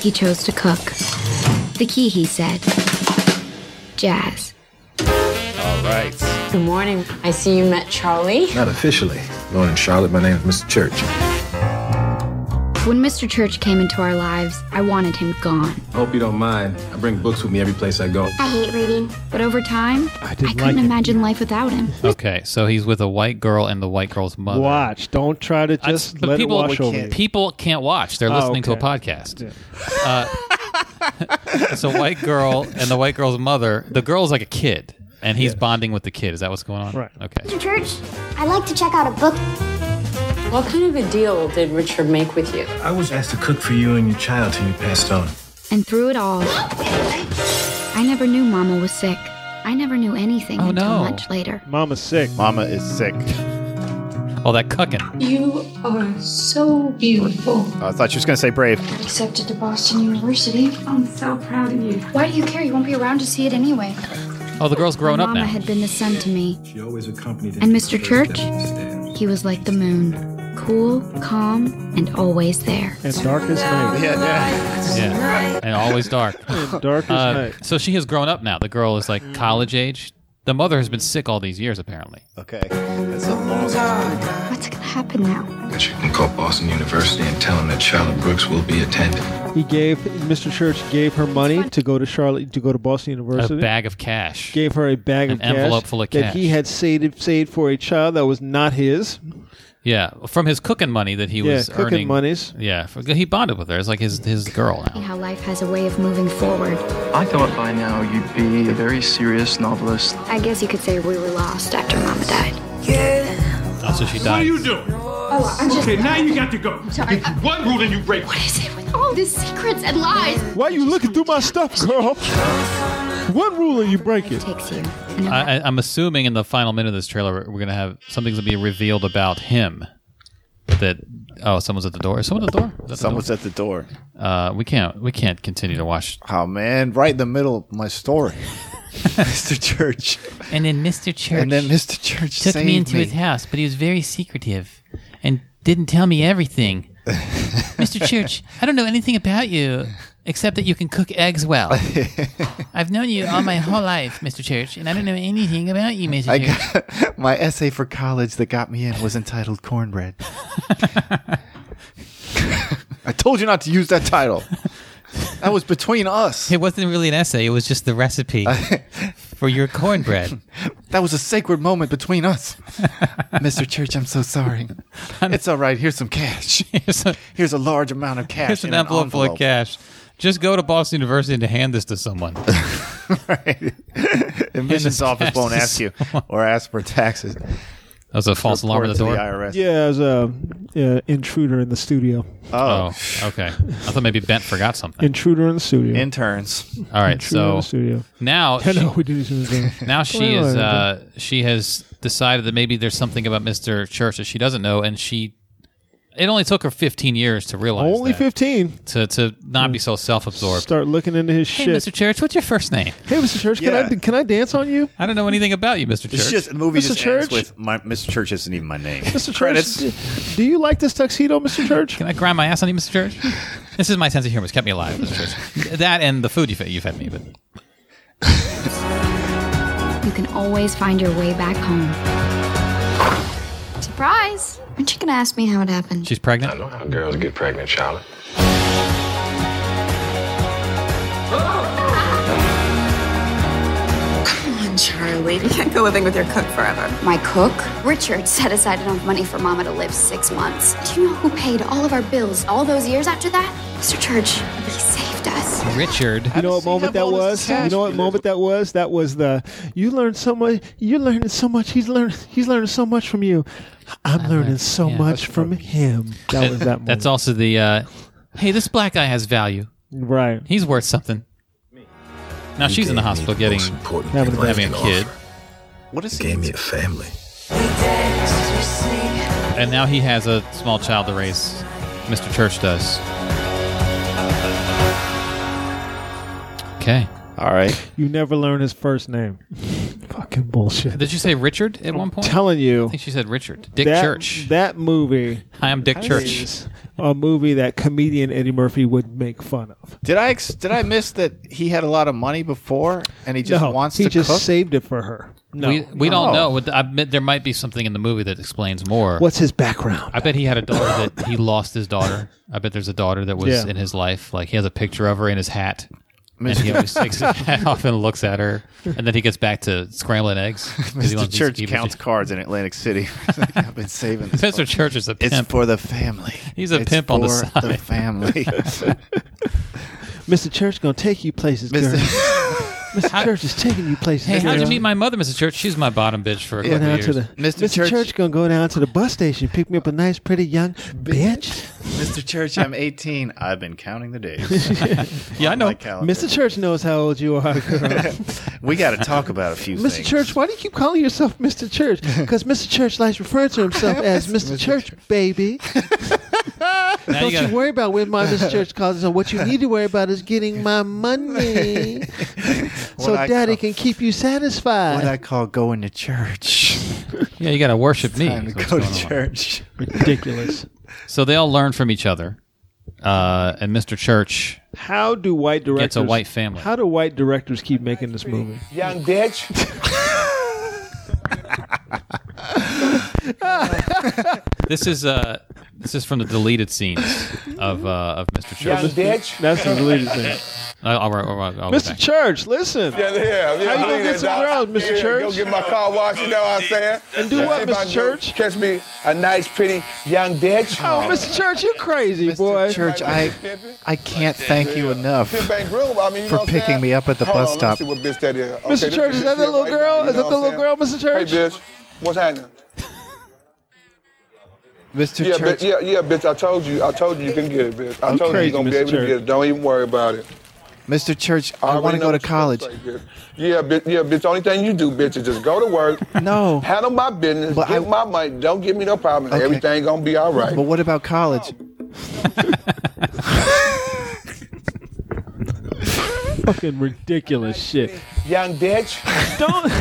[SPEAKER 5] He chose to cook. The key, he said, jazz.
[SPEAKER 3] All right,
[SPEAKER 6] Good morning. I see you met Charlie.
[SPEAKER 7] Not officially. Born in Charlotte, my name is Mr. Church.
[SPEAKER 5] When Mr. Church came into our lives, I wanted him gone.
[SPEAKER 7] Hope you don't mind. I bring books with me every place I go.
[SPEAKER 5] I hate reading. But over time, I,
[SPEAKER 2] didn't
[SPEAKER 5] couldn't
[SPEAKER 2] like it.
[SPEAKER 5] imagine life without him.
[SPEAKER 4] Okay, so he's with a white girl and the white girl's mother.
[SPEAKER 2] Watch. Don't try to
[SPEAKER 4] I-
[SPEAKER 2] just
[SPEAKER 4] but
[SPEAKER 2] let
[SPEAKER 4] people
[SPEAKER 2] it wash over you.
[SPEAKER 4] people can't watch; they're
[SPEAKER 2] Oh,
[SPEAKER 4] listening to a
[SPEAKER 2] okay.
[SPEAKER 4] podcast. Uh, it's a white girl and the white girl's mother. The girl's like a kid, and he's bonding with the kid. Is that what's going on?
[SPEAKER 2] Right.
[SPEAKER 4] Okay.
[SPEAKER 8] Mr. Church, I'd like to check out a book.
[SPEAKER 6] What kind of a deal did Richard make with you?
[SPEAKER 9] I was asked to cook for you and your child till you passed on.
[SPEAKER 5] And through it all, I never knew Mama was sick. I never knew anything
[SPEAKER 4] Oh,
[SPEAKER 5] until
[SPEAKER 4] no.
[SPEAKER 5] much later.
[SPEAKER 2] Mama's sick.
[SPEAKER 3] Mama is sick.
[SPEAKER 4] All Oh, that cucking.
[SPEAKER 10] You are so beautiful.
[SPEAKER 3] Oh, I thought she was gonna say brave.
[SPEAKER 8] Got accepted to Boston University.
[SPEAKER 10] I'm so proud of you.
[SPEAKER 5] Why do you care? You won't be around to see it anyway.
[SPEAKER 4] Oh, the girl's grown up
[SPEAKER 5] Mama
[SPEAKER 4] now.
[SPEAKER 5] had been the sun to me.
[SPEAKER 7] She always accompanied
[SPEAKER 5] And Mr. Church? He was like the moon cool, calm, and always there.
[SPEAKER 2] And darkest night.
[SPEAKER 3] Yeah, yeah.
[SPEAKER 4] yeah, and always dark.
[SPEAKER 2] Darkest
[SPEAKER 4] Uh,
[SPEAKER 2] night.
[SPEAKER 4] so she has grown up now. The girl is
[SPEAKER 2] Mm.
[SPEAKER 4] like college age. The mother has been sick all these years, apparently.
[SPEAKER 3] Okay, that's a long time.
[SPEAKER 5] What's gonna happen now?
[SPEAKER 7] But you can call Boston University and tell them that Charlotte Brooks will be attending.
[SPEAKER 2] He gave Mr. Church gave her money to go to Charlotte to go to Boston
[SPEAKER 4] A
[SPEAKER 2] University.
[SPEAKER 4] bag of cash.
[SPEAKER 2] gave her a bag
[SPEAKER 4] An
[SPEAKER 2] of cash
[SPEAKER 4] envelope full of
[SPEAKER 2] that
[SPEAKER 4] cash.
[SPEAKER 2] he had saved saved for a child that was not his.
[SPEAKER 4] Yeah, from his cooking money that he
[SPEAKER 2] yeah,
[SPEAKER 4] was
[SPEAKER 2] cooking
[SPEAKER 4] earning.
[SPEAKER 2] monies.
[SPEAKER 4] Yeah, for- he bonded with her. It's like his his girl now.
[SPEAKER 5] How life has a way of moving forward.
[SPEAKER 9] I thought by now you'd be a very serious novelist.
[SPEAKER 5] I guess you could say we were lost after Mama died.
[SPEAKER 4] Also, she died. What are you doing?
[SPEAKER 8] Oh, I'm just.
[SPEAKER 11] Okay, now you got to go.
[SPEAKER 8] Sorry,
[SPEAKER 11] You
[SPEAKER 8] I-
[SPEAKER 11] one rule and you break.
[SPEAKER 8] What is it with all these secrets and lies?
[SPEAKER 2] Why you looking through my stuff, girl? What rule are you breaking?
[SPEAKER 5] Takes you.
[SPEAKER 4] I, I, I'm assuming in the final minute of this trailer, we're going to have something's going to be revealed about him. That oh, someone's at the door. Is someone at the door? Is that the
[SPEAKER 3] Someone's at the door.
[SPEAKER 4] door? Uh, we can't. We can't continue to watch.
[SPEAKER 3] Oh man, right in the middle of my story, Mr. Church.
[SPEAKER 4] And then Mr. Church
[SPEAKER 3] And then Mr. Church
[SPEAKER 4] took
[SPEAKER 3] saved
[SPEAKER 4] me into his house, but he was very secretive and didn't tell me everything. Mr. Church, I don't know anything about you except that you can cook eggs well. I've known you all my whole life, Mr. Church, and I don't know anything about you, Mr.
[SPEAKER 3] I
[SPEAKER 4] Church.
[SPEAKER 3] got, my essay for college that got me in was entitled "Cornbread." I told you not to use that title. That was between us.
[SPEAKER 4] It wasn't really an essay. It was just the recipe for your cornbread.
[SPEAKER 3] That was a sacred moment between us. Mr. Church, I'm so sorry. It's all right. Here's some cash.
[SPEAKER 4] Here's, a,
[SPEAKER 3] Here's a large amount of cash.
[SPEAKER 4] here's an
[SPEAKER 3] in
[SPEAKER 4] envelope, full of
[SPEAKER 3] envelope.
[SPEAKER 4] cash. Just go to Boston University to hand this to someone.
[SPEAKER 3] right. Admissions
[SPEAKER 4] this
[SPEAKER 3] office
[SPEAKER 4] cash
[SPEAKER 3] won't
[SPEAKER 4] to
[SPEAKER 3] ask you or ask for taxes.
[SPEAKER 4] That was a false alarm
[SPEAKER 3] Report
[SPEAKER 4] at
[SPEAKER 3] it to
[SPEAKER 4] the door.
[SPEAKER 3] IRS.
[SPEAKER 2] Yeah, as a uh, intruder in the studio.
[SPEAKER 3] Oh,
[SPEAKER 4] Oh, okay. I thought maybe Bent forgot something.
[SPEAKER 2] Intruder in the studio.
[SPEAKER 3] interns.
[SPEAKER 4] All right,
[SPEAKER 2] intruder in
[SPEAKER 4] so
[SPEAKER 2] the studio.
[SPEAKER 4] now
[SPEAKER 2] I know
[SPEAKER 4] she,
[SPEAKER 2] we do this in the game.
[SPEAKER 4] now she
[SPEAKER 2] Wait,
[SPEAKER 4] is
[SPEAKER 2] wait,
[SPEAKER 4] uh, she has decided that maybe there's something about Mr. Church that she doesn't know, and she it only took her 15 years to realize
[SPEAKER 2] Only
[SPEAKER 4] that,
[SPEAKER 2] fifteen.
[SPEAKER 4] to to not be so self-absorbed.
[SPEAKER 2] Start looking into his
[SPEAKER 4] Hey,
[SPEAKER 2] shit.
[SPEAKER 4] Mr. Church, what's your first name?
[SPEAKER 2] Hey, Mr. Church,
[SPEAKER 3] Yeah.
[SPEAKER 2] can I can I dance on you?
[SPEAKER 4] I don't know anything about you, Mr. Church.
[SPEAKER 3] It's just the movie
[SPEAKER 2] Mr.
[SPEAKER 3] just
[SPEAKER 2] Church?
[SPEAKER 3] ends with my, Mr. Church isn't even my name.
[SPEAKER 2] Mr. Church,
[SPEAKER 3] Credits.
[SPEAKER 2] d- do you like this tuxedo, Mr. Church?
[SPEAKER 4] Can I grind my ass on you, Mr. Church? This is my sense of humor. It's kept me alive, Mr. Church. That and the food you fed, you fed me. But
[SPEAKER 5] You can always find your way back home. Surprise! Aren't you gonna ask me how it happened?
[SPEAKER 4] she's pregnant.
[SPEAKER 7] know how girls get pregnant, Charlotte.
[SPEAKER 12] Come on, Charlie. You can't go living with your cook forever.
[SPEAKER 5] My cook, Richard, set aside enough money for Mama to live six months. Do you know who paid all of our bills all those years after that? Mr. Church, he saved us.
[SPEAKER 4] Richard.
[SPEAKER 2] You know what moment that was? You know what moment that was? That was the you learned so much. You're learning so much. He's learning. He's learning so much from you. I'm learning so
[SPEAKER 4] yeah.
[SPEAKER 2] much from him. That was that. Moment.
[SPEAKER 4] That's also the. Uh, hey, this black guy has value.
[SPEAKER 2] Right.
[SPEAKER 4] He's worth something. Now she's in the hospital getting
[SPEAKER 7] important
[SPEAKER 2] Having a
[SPEAKER 4] having a kid,
[SPEAKER 3] What is
[SPEAKER 7] Gave me a family.
[SPEAKER 4] and now he has a small child to raise. Mr. Church does. Okay.
[SPEAKER 3] All right.
[SPEAKER 2] You never learn his first name. Fucking bullshit.
[SPEAKER 4] Did you say Richard at one point?
[SPEAKER 2] Telling you
[SPEAKER 4] I think she said Richard. Dick
[SPEAKER 2] that
[SPEAKER 4] Church.
[SPEAKER 2] that movie
[SPEAKER 4] Hi, I'm Dick Church.
[SPEAKER 2] is a movie that comedian Eddie Murphy would make fun of.
[SPEAKER 3] Did I ex- did I miss that he had a lot of money before and he just
[SPEAKER 2] no,
[SPEAKER 3] wants
[SPEAKER 2] he
[SPEAKER 3] to
[SPEAKER 2] just
[SPEAKER 3] cook?
[SPEAKER 2] saved it for her. No.
[SPEAKER 4] We, we don't
[SPEAKER 3] Oh.
[SPEAKER 4] know. With- I admit there might be something in the movie that explains more.
[SPEAKER 2] What's his background?
[SPEAKER 4] I bet he had a daughter that he lost his daughter. I bet there's a daughter that was
[SPEAKER 2] Yeah.
[SPEAKER 4] in his life. Like he has a picture of her in his hat. And he always takes his hat off and looks at her. And then he gets back to scrambling eggs. 'cause he
[SPEAKER 3] Mr.
[SPEAKER 4] wants these
[SPEAKER 3] Church
[SPEAKER 4] people
[SPEAKER 3] counts
[SPEAKER 4] to-
[SPEAKER 3] cards in Atlantic City. It's like, I've been saving this.
[SPEAKER 4] Mr. Church is a
[SPEAKER 3] It's
[SPEAKER 4] pimp.
[SPEAKER 3] for the family.
[SPEAKER 4] He's a
[SPEAKER 3] It's
[SPEAKER 4] pimp on the
[SPEAKER 3] for
[SPEAKER 4] side.
[SPEAKER 3] the family.
[SPEAKER 2] Mr. Church gonna take you places, girl.
[SPEAKER 3] Mr.
[SPEAKER 2] Mr. Church is taking you places.
[SPEAKER 4] hey, how'd you
[SPEAKER 2] girl.
[SPEAKER 4] meet my mother, Mr. Church? She's my bottom bitch for a
[SPEAKER 2] Go
[SPEAKER 4] couple
[SPEAKER 2] down
[SPEAKER 4] of
[SPEAKER 2] to
[SPEAKER 4] years.
[SPEAKER 2] the
[SPEAKER 3] Mr. Church-
[SPEAKER 2] gonna go down to the bus station, pick me up a nice, pretty young bitch.
[SPEAKER 3] Mr. Church, I'm 18. I've been counting the days.
[SPEAKER 4] yeah, I know.
[SPEAKER 3] My calendar.
[SPEAKER 2] Mr. Church knows how old you are, girl.
[SPEAKER 3] We got to talk about a few
[SPEAKER 2] Mr.
[SPEAKER 3] things.
[SPEAKER 2] Church, why do you keep calling yourself Mr. Church? Because Mr. Church likes referring to himself as Mr. Church, baby.
[SPEAKER 4] Now
[SPEAKER 2] Don't
[SPEAKER 4] you
[SPEAKER 2] you,
[SPEAKER 4] gotta-
[SPEAKER 2] worry about when my Mr. Church calls us. and What you need to worry about is getting my money, so
[SPEAKER 3] What I
[SPEAKER 2] Daddy
[SPEAKER 3] call-
[SPEAKER 2] can keep you satisfied.
[SPEAKER 3] What I call going to church.
[SPEAKER 4] yeah, you got to worship me.
[SPEAKER 3] Time to
[SPEAKER 4] is what's
[SPEAKER 3] go
[SPEAKER 4] going
[SPEAKER 3] to
[SPEAKER 4] on.
[SPEAKER 3] church.
[SPEAKER 2] Ridiculous.
[SPEAKER 4] So they all learn from each other. Uh, and Mr. Church
[SPEAKER 2] How do white directors?
[SPEAKER 4] gets a white family.
[SPEAKER 2] do white directors keep making this movie?
[SPEAKER 11] Young bitch.
[SPEAKER 4] This is uh, this is from the deleted scenes of uh, of Mr. Church.
[SPEAKER 11] bitch.
[SPEAKER 2] That's the leading thing.
[SPEAKER 4] I'll, I'll, I'll, I'll go
[SPEAKER 2] Mr.
[SPEAKER 4] back.
[SPEAKER 2] Church, listen.
[SPEAKER 11] Yeah, yeah, yeah.
[SPEAKER 2] How you gonna
[SPEAKER 11] I
[SPEAKER 2] get some
[SPEAKER 11] ain't
[SPEAKER 2] girls,
[SPEAKER 11] that-
[SPEAKER 2] Mr.
[SPEAKER 11] Yeah,
[SPEAKER 2] Church?
[SPEAKER 11] Go get my car washed, you know what I'm saying?
[SPEAKER 2] And do what,
[SPEAKER 11] If
[SPEAKER 2] Mr.
[SPEAKER 11] I go
[SPEAKER 2] Church?
[SPEAKER 11] Catch me a nice, pretty young bitch.
[SPEAKER 2] Oh, Mr. Church, you're crazy, boy.
[SPEAKER 3] Mr. Church, I I can't thank you enough.
[SPEAKER 11] Pimp ain't real, I mean, you
[SPEAKER 3] For
[SPEAKER 11] know what I'm
[SPEAKER 3] picking
[SPEAKER 11] saying?
[SPEAKER 3] me up at the
[SPEAKER 11] Hold
[SPEAKER 3] bus
[SPEAKER 11] on,
[SPEAKER 3] stop.
[SPEAKER 11] Let me see what bitch that is. Okay,
[SPEAKER 2] Mr.
[SPEAKER 11] this
[SPEAKER 2] Church, is that the
[SPEAKER 11] it
[SPEAKER 2] little
[SPEAKER 11] right
[SPEAKER 2] girl?
[SPEAKER 11] now, you
[SPEAKER 2] Is that
[SPEAKER 11] know
[SPEAKER 2] the
[SPEAKER 11] what
[SPEAKER 2] little girl,
[SPEAKER 11] I'm
[SPEAKER 2] Mr.
[SPEAKER 11] saying?
[SPEAKER 2] Church?
[SPEAKER 11] Hey, bitch. What's happening?
[SPEAKER 3] Mr.
[SPEAKER 11] Yeah,
[SPEAKER 3] Church.
[SPEAKER 11] bitch, yeah, yeah, bitch. I told you. I told you you can get it, bitch. I
[SPEAKER 3] I'm
[SPEAKER 11] told
[SPEAKER 3] crazy,
[SPEAKER 11] you you're gonna be
[SPEAKER 3] Mr.
[SPEAKER 11] able to
[SPEAKER 3] Church.
[SPEAKER 11] get it. Don't even worry about it.
[SPEAKER 3] Mr. Church, I
[SPEAKER 11] already
[SPEAKER 3] want to
[SPEAKER 11] know
[SPEAKER 3] go to
[SPEAKER 11] what you
[SPEAKER 3] college.
[SPEAKER 11] gonna say, bitch. Yeah, bitch. Yeah, bitch. Only thing you do, bitch, is just go to work.
[SPEAKER 3] No.
[SPEAKER 11] Handle my business. get my money. Don't give me no problem.
[SPEAKER 3] Okay.
[SPEAKER 11] Everything gonna be all right.
[SPEAKER 3] But what about college?
[SPEAKER 2] Fucking ridiculous shit.
[SPEAKER 11] Young bitch.
[SPEAKER 2] Don't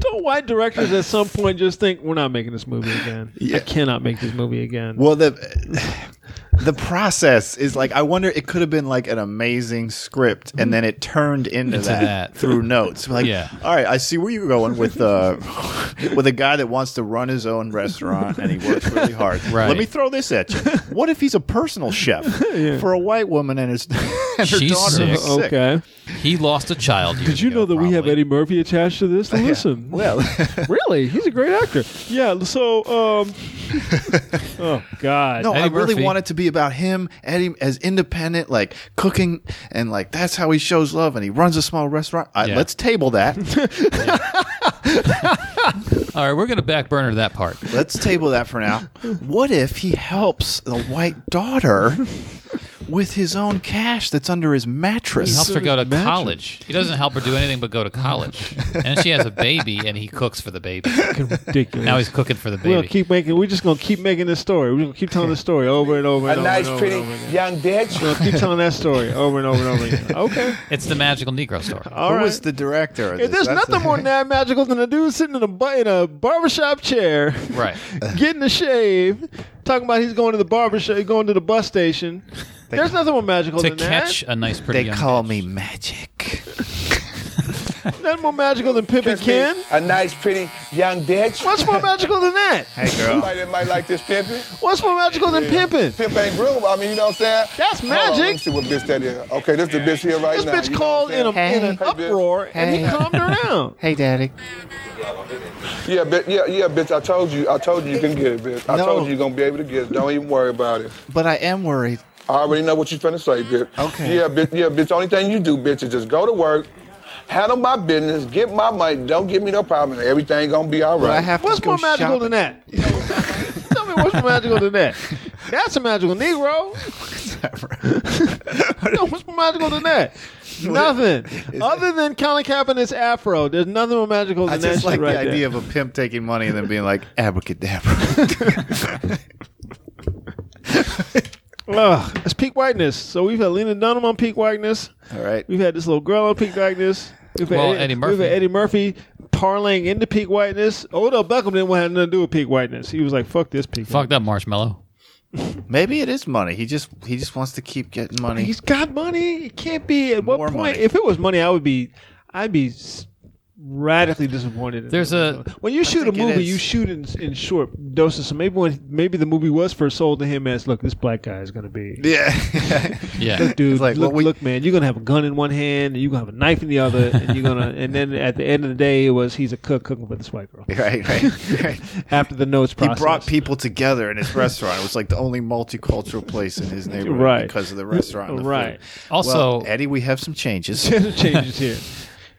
[SPEAKER 2] don't white directors at some point just think we're not making this movie again. I cannot make this movie again.
[SPEAKER 3] Well, the the process is like I wonder. It could have been like an amazing script, and then it turned into,
[SPEAKER 4] Into
[SPEAKER 3] that,
[SPEAKER 4] that.
[SPEAKER 3] through notes. Like,
[SPEAKER 4] Yeah.
[SPEAKER 3] all right, I see where you're going with uh, with a guy that wants to run his own restaurant and he works really hard.
[SPEAKER 4] Right.
[SPEAKER 3] Let me throw this at you. What if he's a personal chef for a white woman and his and her
[SPEAKER 4] She's
[SPEAKER 3] daughter?
[SPEAKER 4] sick.
[SPEAKER 3] Is sick?
[SPEAKER 2] okay.
[SPEAKER 4] He lost a child.
[SPEAKER 2] Did you know that we have Eddie Murphy attached to this? Listen,
[SPEAKER 3] Well,
[SPEAKER 2] really, he's a great actor. Yeah. So, um, oh God,
[SPEAKER 3] No,
[SPEAKER 4] Eddie
[SPEAKER 3] I really
[SPEAKER 4] Murphy.
[SPEAKER 3] want it to be about him, Eddie, as independent, like cooking, and like that's how he shows love, and he runs a small restaurant. I,
[SPEAKER 4] Yeah.
[SPEAKER 3] Let's table that.
[SPEAKER 4] All right, we're going to back burner that part.
[SPEAKER 3] let's table that for now. What if he helps the white daughter with his own cash that's under his mattress?
[SPEAKER 4] He helps her go to
[SPEAKER 2] Imagine.
[SPEAKER 4] college. He doesn't help her do anything but go to college. And she has a baby, and he cooks for the baby.
[SPEAKER 2] ridiculous.
[SPEAKER 4] Now he's cooking for the baby.
[SPEAKER 2] We'll keep making. We're just gonna keep making this story. We're gonna keep telling the story over and over
[SPEAKER 11] A
[SPEAKER 2] and over.
[SPEAKER 11] nice,
[SPEAKER 2] and over
[SPEAKER 11] pretty
[SPEAKER 2] and over again.
[SPEAKER 11] young bitch.
[SPEAKER 2] We're gonna keep telling that story over and over and over again. Okay.
[SPEAKER 4] it's the magical Negro story.
[SPEAKER 2] All
[SPEAKER 3] Who
[SPEAKER 2] right.
[SPEAKER 3] was the director? Of
[SPEAKER 2] If
[SPEAKER 3] this?
[SPEAKER 2] there's
[SPEAKER 3] That's
[SPEAKER 2] nothing
[SPEAKER 3] the-
[SPEAKER 2] more damn magical than a dude sitting in a bu- in a barbershop chair,
[SPEAKER 4] Right.
[SPEAKER 2] getting a shave, talking about he's going to the barbershop, going to the bus station. There's nothing more magical
[SPEAKER 4] To
[SPEAKER 2] than
[SPEAKER 4] catch a nice, pretty
[SPEAKER 3] They
[SPEAKER 4] young
[SPEAKER 3] call
[SPEAKER 4] bitch.
[SPEAKER 3] me magic.
[SPEAKER 2] that. Nothing more magical than Pippin Ken.
[SPEAKER 11] A nice, pretty young bitch.
[SPEAKER 2] What's more magical than that?
[SPEAKER 3] Hey, girl.
[SPEAKER 11] Somebody that might like this pimping.
[SPEAKER 2] What's more magical than pimping?
[SPEAKER 11] Pimp ain't real. I mean, you know what I'm saying?
[SPEAKER 2] That's
[SPEAKER 11] Hold on, let me
[SPEAKER 2] magic.
[SPEAKER 11] see what bitch that is. Okay, this the bitch here right
[SPEAKER 2] This
[SPEAKER 11] now.
[SPEAKER 2] bitch
[SPEAKER 11] you know
[SPEAKER 2] called
[SPEAKER 11] what
[SPEAKER 2] in, a,
[SPEAKER 11] I'm saying?
[SPEAKER 2] in an
[SPEAKER 11] Hey, bitch.
[SPEAKER 2] uproar and he
[SPEAKER 3] Hey.
[SPEAKER 2] calmed her down.
[SPEAKER 3] Hey, daddy.
[SPEAKER 11] Yeah, bitch. Yeah, yeah, bitch. I told you. I told you you can get it, bitch. I
[SPEAKER 3] No.
[SPEAKER 11] told you you're gonna be able to get it. Don't even worry about it.
[SPEAKER 3] But I am worried.
[SPEAKER 11] I already know what you finna say, bitch.
[SPEAKER 3] Okay.
[SPEAKER 11] Yeah, bitch. Yeah, bitch. Only thing you do, bitch, is just go to work, handle my business, get my money. Don't give me no problem. Everything gonna be all
[SPEAKER 3] But I
[SPEAKER 11] right.
[SPEAKER 3] have
[SPEAKER 2] What's
[SPEAKER 3] to go
[SPEAKER 2] more magical than
[SPEAKER 3] shopping.
[SPEAKER 2] that? Tell me what's more magical than that. That's a magical Negro. no, what's more magical than that? Nothing. Other than Colin Kaepernick's afro, there's nothing more magical
[SPEAKER 3] I
[SPEAKER 2] than that
[SPEAKER 3] just
[SPEAKER 2] shit
[SPEAKER 3] like
[SPEAKER 2] right
[SPEAKER 3] the idea
[SPEAKER 2] there.
[SPEAKER 3] of a pimp taking money and then being like abracadabra.
[SPEAKER 2] Ugh, it's peak whiteness. So we've had Lena Dunham on peak whiteness.
[SPEAKER 3] All right.
[SPEAKER 2] We've had this little girl on peak whiteness. We've had
[SPEAKER 4] Well, Eddie
[SPEAKER 2] We've
[SPEAKER 4] Murphy.
[SPEAKER 2] had Eddie Murphy parlaying into peak whiteness. Odell Beckham didn't want to have nothing to do with peak whiteness. He was like, "Fuck this peak."
[SPEAKER 4] Fuck that marshmallow.
[SPEAKER 3] Maybe it is money. He just he just wants to keep getting money.
[SPEAKER 2] He's got money. It can't be. At what
[SPEAKER 3] More
[SPEAKER 2] point?
[SPEAKER 3] money.
[SPEAKER 2] If it was money, I would be. I'd be s- radically disappointed. in
[SPEAKER 4] There's
[SPEAKER 2] him.
[SPEAKER 4] a-
[SPEAKER 2] when you shoot a
[SPEAKER 3] think it
[SPEAKER 2] movie,
[SPEAKER 3] is.
[SPEAKER 2] you shoot in, in short doses. So maybe when maybe the movie was first sold to him as, look, this black guy is gonna be.
[SPEAKER 3] yeah.
[SPEAKER 4] Yeah.
[SPEAKER 2] Dude,
[SPEAKER 3] It's like,
[SPEAKER 2] look,
[SPEAKER 3] well, we-
[SPEAKER 2] look, man, you're gonna have a gun in one hand, and you're gonna have a knife in the other, and you're gonna, and then at the end of the day, it was he's a cook cooking for this white girl.
[SPEAKER 3] right, right, right.
[SPEAKER 2] After the notes
[SPEAKER 3] He
[SPEAKER 2] process,
[SPEAKER 3] brought people together in his restaurant. It was like the only multicultural place in his neighborhood
[SPEAKER 2] Right.
[SPEAKER 3] because of the restaurant. and the food.
[SPEAKER 2] Right.
[SPEAKER 4] Also,
[SPEAKER 3] Well, Eddie, we have some changes.
[SPEAKER 2] There's changes here.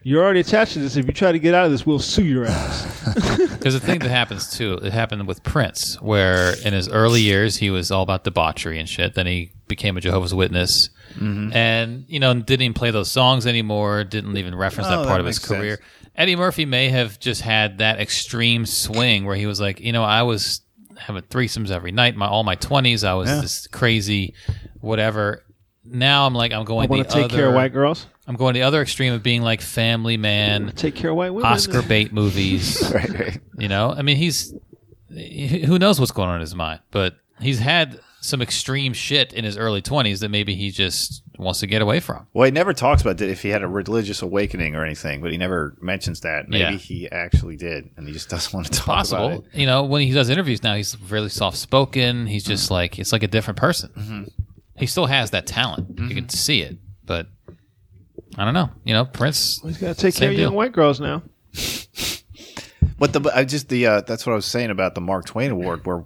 [SPEAKER 2] You're already attached to this. If you try to get out of this, we'll sue your ass.
[SPEAKER 4] There's a thing that happens too. It happened with Prince, where in his early years he was all about debauchery and shit. Then he became a Jehovah's Witness, and you know didn't even play those songs anymore. Didn't even reference
[SPEAKER 3] Oh,
[SPEAKER 4] that part
[SPEAKER 3] that
[SPEAKER 4] of his
[SPEAKER 3] makes sense.
[SPEAKER 4] career. Eddie Murphy may have just had that extreme swing where he was like, you know, I was having threesomes every night. My all my twenties, I was this crazy, whatever. Now I'm like, I'm
[SPEAKER 2] I
[SPEAKER 4] going the
[SPEAKER 2] want to take
[SPEAKER 4] other.
[SPEAKER 2] care of white girls.
[SPEAKER 4] I'm going the other extreme of being like family man,
[SPEAKER 2] Take care of white women.
[SPEAKER 4] Oscar bait movies.
[SPEAKER 3] right, right.
[SPEAKER 4] You know, I mean, he's who knows what's going on in his mind, but he's had some extreme shit in his early twenties that maybe he just wants to get away from.
[SPEAKER 3] Well, he never talks about if he had a religious awakening or anything, but he never mentions that. Maybe
[SPEAKER 4] Yeah.
[SPEAKER 3] he actually did, and he just doesn't want to talk about
[SPEAKER 4] Possible,
[SPEAKER 3] it.
[SPEAKER 4] you know, when he does interviews now, he's really soft spoken. He's just like it's like a different person. He still has that talent. You can see it, but I don't know. You know, Prince.
[SPEAKER 2] He's got to take
[SPEAKER 4] Same
[SPEAKER 2] care of young
[SPEAKER 4] deal.
[SPEAKER 2] white girls now.
[SPEAKER 3] But the I just the uh, that's what I was saying about the Mark Twain Award, where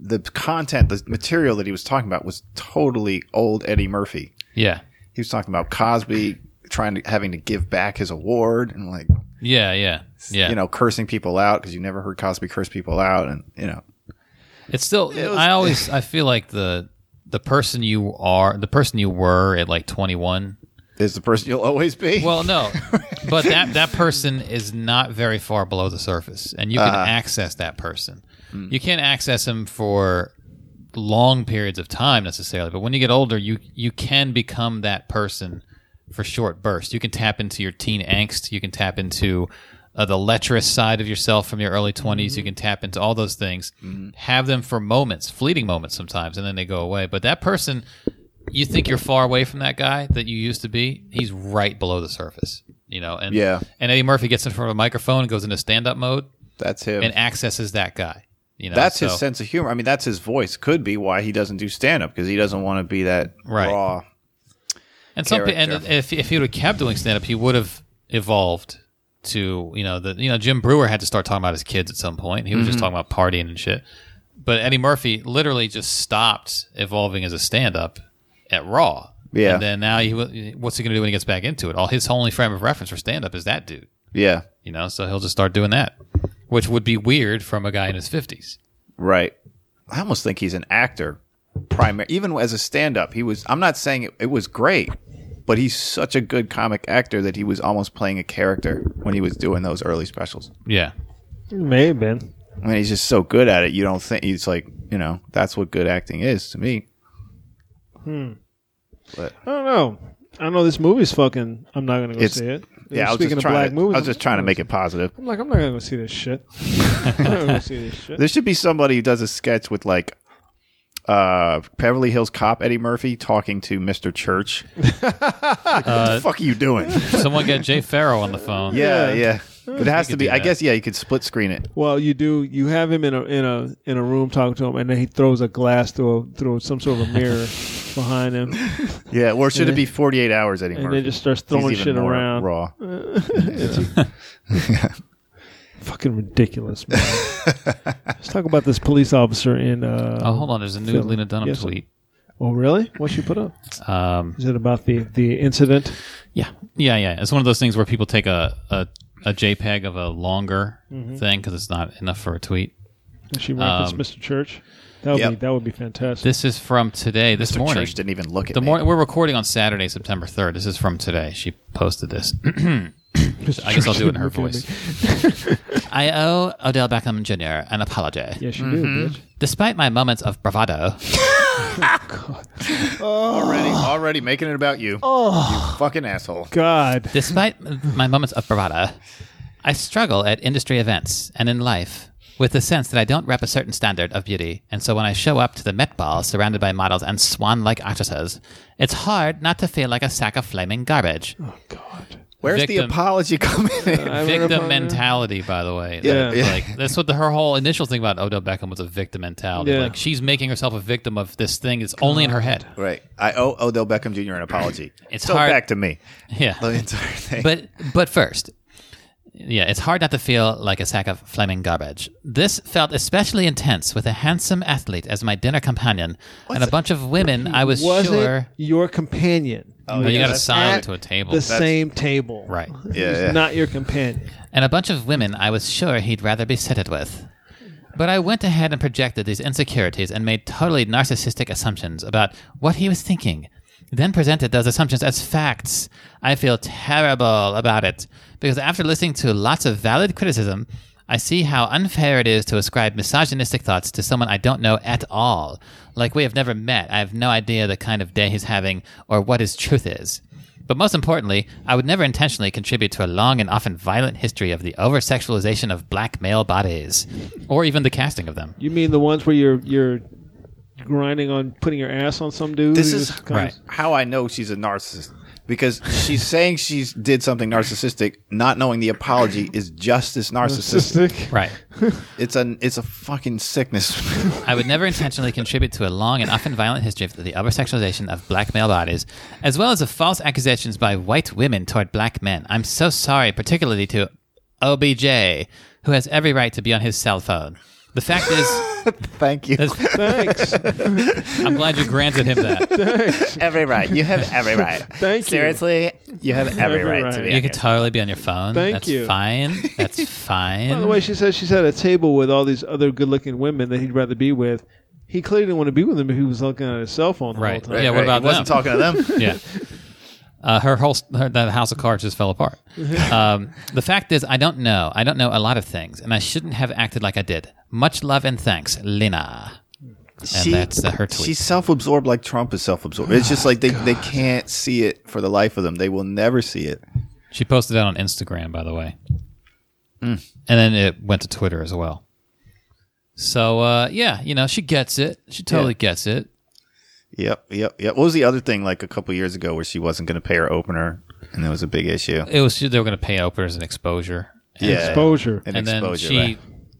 [SPEAKER 3] the content, the material that he was talking about, was totally old Eddie Murphy.
[SPEAKER 4] Yeah,
[SPEAKER 3] He was talking about Cosby trying to having to give back his award and like
[SPEAKER 4] yeah, yeah, yeah.
[SPEAKER 3] you know cursing people out because you never heard Cosby curse people out and you know
[SPEAKER 4] It's still. I always. I feel like the the person you are, the person you were at like 21,
[SPEAKER 3] is the person you'll always be.
[SPEAKER 4] Well, no, but that that person is not very far below the surface, and you can
[SPEAKER 3] Uh-huh.
[SPEAKER 4] access that person. You can't access them for long periods of time necessarily, but when you get older, you you can become that person for short bursts. You can tap into your teen angst. You can tap into uh, the lecherous side of yourself from your early 20s
[SPEAKER 3] Mm-hmm.
[SPEAKER 4] You can tap into all those things, have them for moments, fleeting moments sometimes, and then they go away. But that person you think you're far away from that guy that you used to be, he's right below the surface. You know, and
[SPEAKER 3] Yeah.
[SPEAKER 4] and Eddie Murphy gets in front of a microphone and goes into stand up mode
[SPEAKER 3] That's him.
[SPEAKER 4] and accesses that guy. You know,
[SPEAKER 3] that's his
[SPEAKER 4] so-
[SPEAKER 3] sense of humor. I mean, that's his voice. Could be why he doesn't do stand up because he doesn't want to be that
[SPEAKER 4] Right.
[SPEAKER 3] raw.
[SPEAKER 4] And some pe- and
[SPEAKER 3] character.
[SPEAKER 4] if if he would have kept doing stand up, he would have evolved to you know the you know Jim Brewer had to start talking about his kids at some point. He was just
[SPEAKER 3] Mhm.
[SPEAKER 4] talking about partying and shit. But Eddie Murphy literally just stopped evolving as a stand up at Raw.
[SPEAKER 3] Yeah.
[SPEAKER 4] And then now he wa- what's he going to do when he gets back into it? All his only frame of reference for stand up is that dude.
[SPEAKER 3] Yeah,
[SPEAKER 4] You know, so he'll just start doing that, which would be weird from a guy in his fifties.
[SPEAKER 3] right. I almost think he's an actor. Primary, even as a stand up, he was. I'm not saying it, it was great, but he's such a good comic actor that he was almost playing a character when he was doing those early specials.
[SPEAKER 4] Yeah.
[SPEAKER 2] It may have been.
[SPEAKER 3] I mean, he's just so good at it. You don't think he's like, you know, that's what good acting is to me.
[SPEAKER 2] Hmm.
[SPEAKER 3] But
[SPEAKER 2] I don't know. I know this movie's fucking. I'm not gonna go
[SPEAKER 3] it's
[SPEAKER 2] see it.
[SPEAKER 3] yeah. I was
[SPEAKER 2] Speaking
[SPEAKER 3] just
[SPEAKER 2] of black
[SPEAKER 3] trying. To,
[SPEAKER 2] movies,
[SPEAKER 3] I was just trying to
[SPEAKER 2] I'm-
[SPEAKER 3] make it positive.
[SPEAKER 2] I'm like, I'm not gonna go see this shit. I'm not gonna go see this shit.
[SPEAKER 3] There should be somebody who does a sketch with like uh Beverly Hills Cop Eddie Murphy talking to Mr. Church. what the fuck are you doing?
[SPEAKER 4] Someone get Jay Farrow on the phone.
[SPEAKER 3] Yeah, yeah. But it has to
[SPEAKER 4] You could
[SPEAKER 3] be.
[SPEAKER 4] do
[SPEAKER 3] I
[SPEAKER 4] that.
[SPEAKER 3] guess yeah. You could split screen it.
[SPEAKER 2] Well, you do. You have him in a in a in a room talking to him, and then he throws a glass through a, through some sort of a mirror behind him,
[SPEAKER 3] Yeah, or should
[SPEAKER 2] And
[SPEAKER 3] it be forty eight hours Eddie
[SPEAKER 2] and
[SPEAKER 3] Murphy?
[SPEAKER 2] then just starts
[SPEAKER 3] He's
[SPEAKER 2] throwing
[SPEAKER 3] even
[SPEAKER 2] shit
[SPEAKER 3] more
[SPEAKER 2] around.
[SPEAKER 3] Raw.
[SPEAKER 2] Fucking ridiculous, man. Let's talk about this police officer in. Uh,
[SPEAKER 4] Oh, hold on. There's a new
[SPEAKER 2] film.
[SPEAKER 4] Lena Dunham
[SPEAKER 2] Yes.
[SPEAKER 4] tweet.
[SPEAKER 2] Oh, really? What she put up?
[SPEAKER 4] Um,
[SPEAKER 2] Is it about the the incident?
[SPEAKER 4] Yeah, yeah, yeah. It's one of those things where people take a a, a JPEG of a longer thing 'cause thing because it's not enough for a tweet.
[SPEAKER 2] Did she referenced
[SPEAKER 4] Um,
[SPEAKER 2] Mr. Church? That would be
[SPEAKER 3] yep.
[SPEAKER 2] that would be fantastic.
[SPEAKER 4] This is from today, this
[SPEAKER 3] Mr.
[SPEAKER 4] morning.
[SPEAKER 3] Church didn't even look at
[SPEAKER 4] the
[SPEAKER 3] me.
[SPEAKER 4] morning we're recording on Saturday, September third. This is from today. She posted this. I guess I'll do it in her
[SPEAKER 2] Look at me.
[SPEAKER 4] voice. I owe Odell Beckham Jr. an apology.
[SPEAKER 2] Yes, you
[SPEAKER 3] Mm-hmm.
[SPEAKER 2] do, bitch.
[SPEAKER 4] Despite my moments of bravado,
[SPEAKER 3] Already, already making it about you. You fucking asshole.
[SPEAKER 2] God,
[SPEAKER 4] despite my moments of bravado, I struggle at industry events and in life with the sense that I don't rep a certain standard of beauty. And so when I show up to the Met Ball surrounded by models and swan like actresses, it's hard not to feel like a sack of flaming garbage.
[SPEAKER 3] Where's the
[SPEAKER 4] Victim.
[SPEAKER 3] apology coming in?
[SPEAKER 4] victim mentality, by the way.
[SPEAKER 2] Yeah.
[SPEAKER 4] Like,
[SPEAKER 3] Yeah.
[SPEAKER 4] like, that's what the, her whole initial thing about Odell Beckham was a victim mentality.
[SPEAKER 2] Yeah.
[SPEAKER 4] Like she's making herself a victim of this thing that's only in her head.
[SPEAKER 3] right. I owe Odell Beckham Jr. an apology.
[SPEAKER 4] It's
[SPEAKER 3] so
[SPEAKER 4] hard-
[SPEAKER 3] back to me.
[SPEAKER 4] Yeah.
[SPEAKER 3] The entire thing.
[SPEAKER 4] but but first yeah it's hard not to feel like a sack of flaming garbage this felt especially intense with a handsome athlete as my dinner companion and a bunch of women i was,
[SPEAKER 2] was
[SPEAKER 4] sure
[SPEAKER 2] it your companion?
[SPEAKER 4] No, you got to
[SPEAKER 3] Yes.
[SPEAKER 4] sign
[SPEAKER 2] At
[SPEAKER 4] to a table
[SPEAKER 2] the same table,
[SPEAKER 4] right
[SPEAKER 2] He's
[SPEAKER 3] Yeah, yeah.
[SPEAKER 2] not your companion.
[SPEAKER 4] and a bunch of women i was sure he'd rather be seated with but I went ahead and projected these insecurities and made totally narcissistic assumptions about what he was thinking, then presented those assumptions as facts. I feel terrible about it because after listening to lots of valid criticism, I see how unfair it is to ascribe misogynistic thoughts to someone I don't know at all. Like we have never met, I have no idea the kind of day he's having or what his truth is. But most importantly, I would never intentionally contribute to a long and often violent history of the over sexualization of black male bodies, or even the casting of them.
[SPEAKER 2] You mean the ones where you're you're grinding on putting your ass on some dude?
[SPEAKER 3] This
[SPEAKER 2] who
[SPEAKER 3] is
[SPEAKER 2] just comes-
[SPEAKER 3] how I know she's a narcissist because she's saying she did something narcissistic, not knowing the apology is just as narcissistic.
[SPEAKER 2] narcissistic.
[SPEAKER 4] Right.
[SPEAKER 3] It's a it's a fucking sickness.
[SPEAKER 4] I would never intentionally contribute to a long and often violent history of the oversexualization of black male bodies, as well as the false accusations by white women toward black men. I'm so sorry, particularly to OBJ, who has every right to be on his cell phone. The fact is,
[SPEAKER 3] thank you.
[SPEAKER 2] Thanks.
[SPEAKER 4] I'm glad you granted him that.
[SPEAKER 3] every right. You have every right.
[SPEAKER 2] Thank you.
[SPEAKER 3] Seriously, you have every,
[SPEAKER 2] Every
[SPEAKER 3] right,
[SPEAKER 2] right.
[SPEAKER 3] to be.
[SPEAKER 4] You
[SPEAKER 3] on
[SPEAKER 4] could
[SPEAKER 3] here.
[SPEAKER 4] totally be on your phone.
[SPEAKER 2] Thank
[SPEAKER 4] That's
[SPEAKER 2] you.
[SPEAKER 4] fine. That's fine.
[SPEAKER 2] By the way, she says she's at a table with all these other good-looking women that he'd rather be with. He clearly didn't want to be with them if he was looking at his cell phone the
[SPEAKER 4] Right.
[SPEAKER 2] whole time.
[SPEAKER 4] Yeah, what
[SPEAKER 3] Right,
[SPEAKER 4] about
[SPEAKER 3] he wasn't
[SPEAKER 4] them?
[SPEAKER 3] talking to them.
[SPEAKER 4] yeah. Uh, her whole her, that house of cards just fell apart. Um, the fact is, I don't know. I don't know a lot of things, and I shouldn't have acted like I did. Much love and thanks, Lena. And that's uh, her tweet.
[SPEAKER 3] She's self-absorbed like Trump is self-absorbed. It's just like they, they can't see it for the life of them. They will never see it.
[SPEAKER 4] She posted that on Instagram, by the way. And then it went to Twitter as well. So, uh, yeah, you know, she gets it. She totally gets it.
[SPEAKER 3] Yep, yep, yep. What was the other thing like a couple years ago where she wasn't going to pay her opener and it was a big issue?
[SPEAKER 4] It was, they were going to pay openers and exposure. And,
[SPEAKER 3] Yeah.
[SPEAKER 2] Exposure.
[SPEAKER 3] An
[SPEAKER 4] and then
[SPEAKER 3] exposure,
[SPEAKER 4] she,
[SPEAKER 3] right.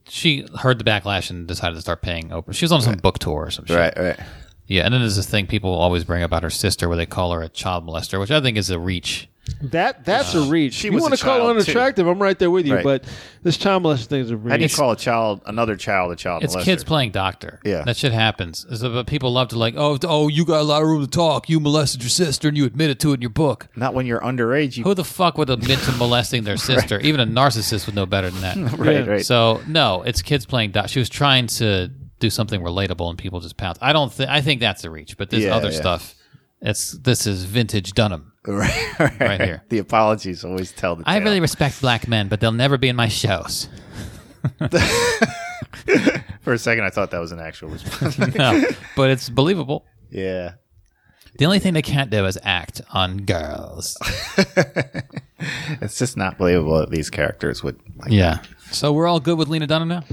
[SPEAKER 4] she heard the backlash and decided to start paying openers. She was on some book tour or some shit.
[SPEAKER 3] Right, right.
[SPEAKER 4] Yeah. And then there's this thing people always bring about her sister where they call her a child molester, which I think is a reach.
[SPEAKER 2] That that's a reach.
[SPEAKER 3] she
[SPEAKER 2] you
[SPEAKER 3] was
[SPEAKER 2] want
[SPEAKER 3] a
[SPEAKER 2] to call
[SPEAKER 3] child,
[SPEAKER 2] unattractive? I'm right there with you.
[SPEAKER 3] Right.
[SPEAKER 2] But this child molesting thing is a
[SPEAKER 3] How do you
[SPEAKER 2] reach.
[SPEAKER 3] call a child, another child, a child
[SPEAKER 4] It's
[SPEAKER 3] molester?
[SPEAKER 4] kids playing doctor.
[SPEAKER 3] Yeah.
[SPEAKER 4] that shit happens. So, but people love to like, oh, oh, you got a lot of room to talk. You molested your sister and you admitted to it in your book.
[SPEAKER 3] Not when you're underage. You,
[SPEAKER 4] Who the fuck would admit to molesting their sister? Even a narcissist would know better than that.
[SPEAKER 3] right, right.
[SPEAKER 4] So no, it's kids playing. Do- she was trying to do something relatable, and people just pounce. I don't. Th- I think that's the reach, but this
[SPEAKER 3] Yeah,
[SPEAKER 4] other
[SPEAKER 3] yeah.
[SPEAKER 4] stuff, it's this is vintage Dunham.
[SPEAKER 3] right, right, right
[SPEAKER 4] here.
[SPEAKER 3] The apologies always tell the
[SPEAKER 4] I
[SPEAKER 3] tale.
[SPEAKER 4] really respect black men, but they'll never be in my shows.
[SPEAKER 3] For a second, I thought that was an actual response.
[SPEAKER 4] No, but it's believable.
[SPEAKER 3] yeah.
[SPEAKER 4] The only thing they can't do is act on girls.
[SPEAKER 3] It's just not believable that these characters would. Like,
[SPEAKER 4] Yeah. So we're all good with Lena Dunham now.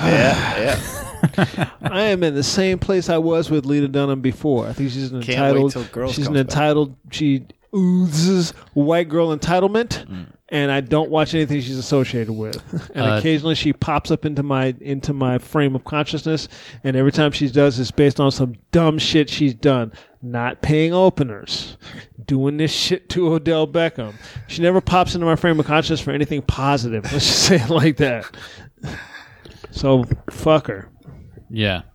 [SPEAKER 3] yeah, yeah.
[SPEAKER 2] I am in the same place I was with Lena Dunham before. I think she's an
[SPEAKER 3] wait
[SPEAKER 2] entitled.
[SPEAKER 3] till Girls
[SPEAKER 2] she's an
[SPEAKER 3] comes back.
[SPEAKER 2] entitled. She oozes white girl entitlement,
[SPEAKER 3] Mm.
[SPEAKER 2] and I don't watch anything she's associated with. And
[SPEAKER 4] Uh,
[SPEAKER 2] occasionally she pops up into my into my frame of consciousness, and every time she does, it's based on some dumb shit she's done. Not paying openers, doing this shit to Odell Beckham. She never pops into my frame of consciousness for anything positive. Let's just say it like that. So fuck her.
[SPEAKER 4] Yeah.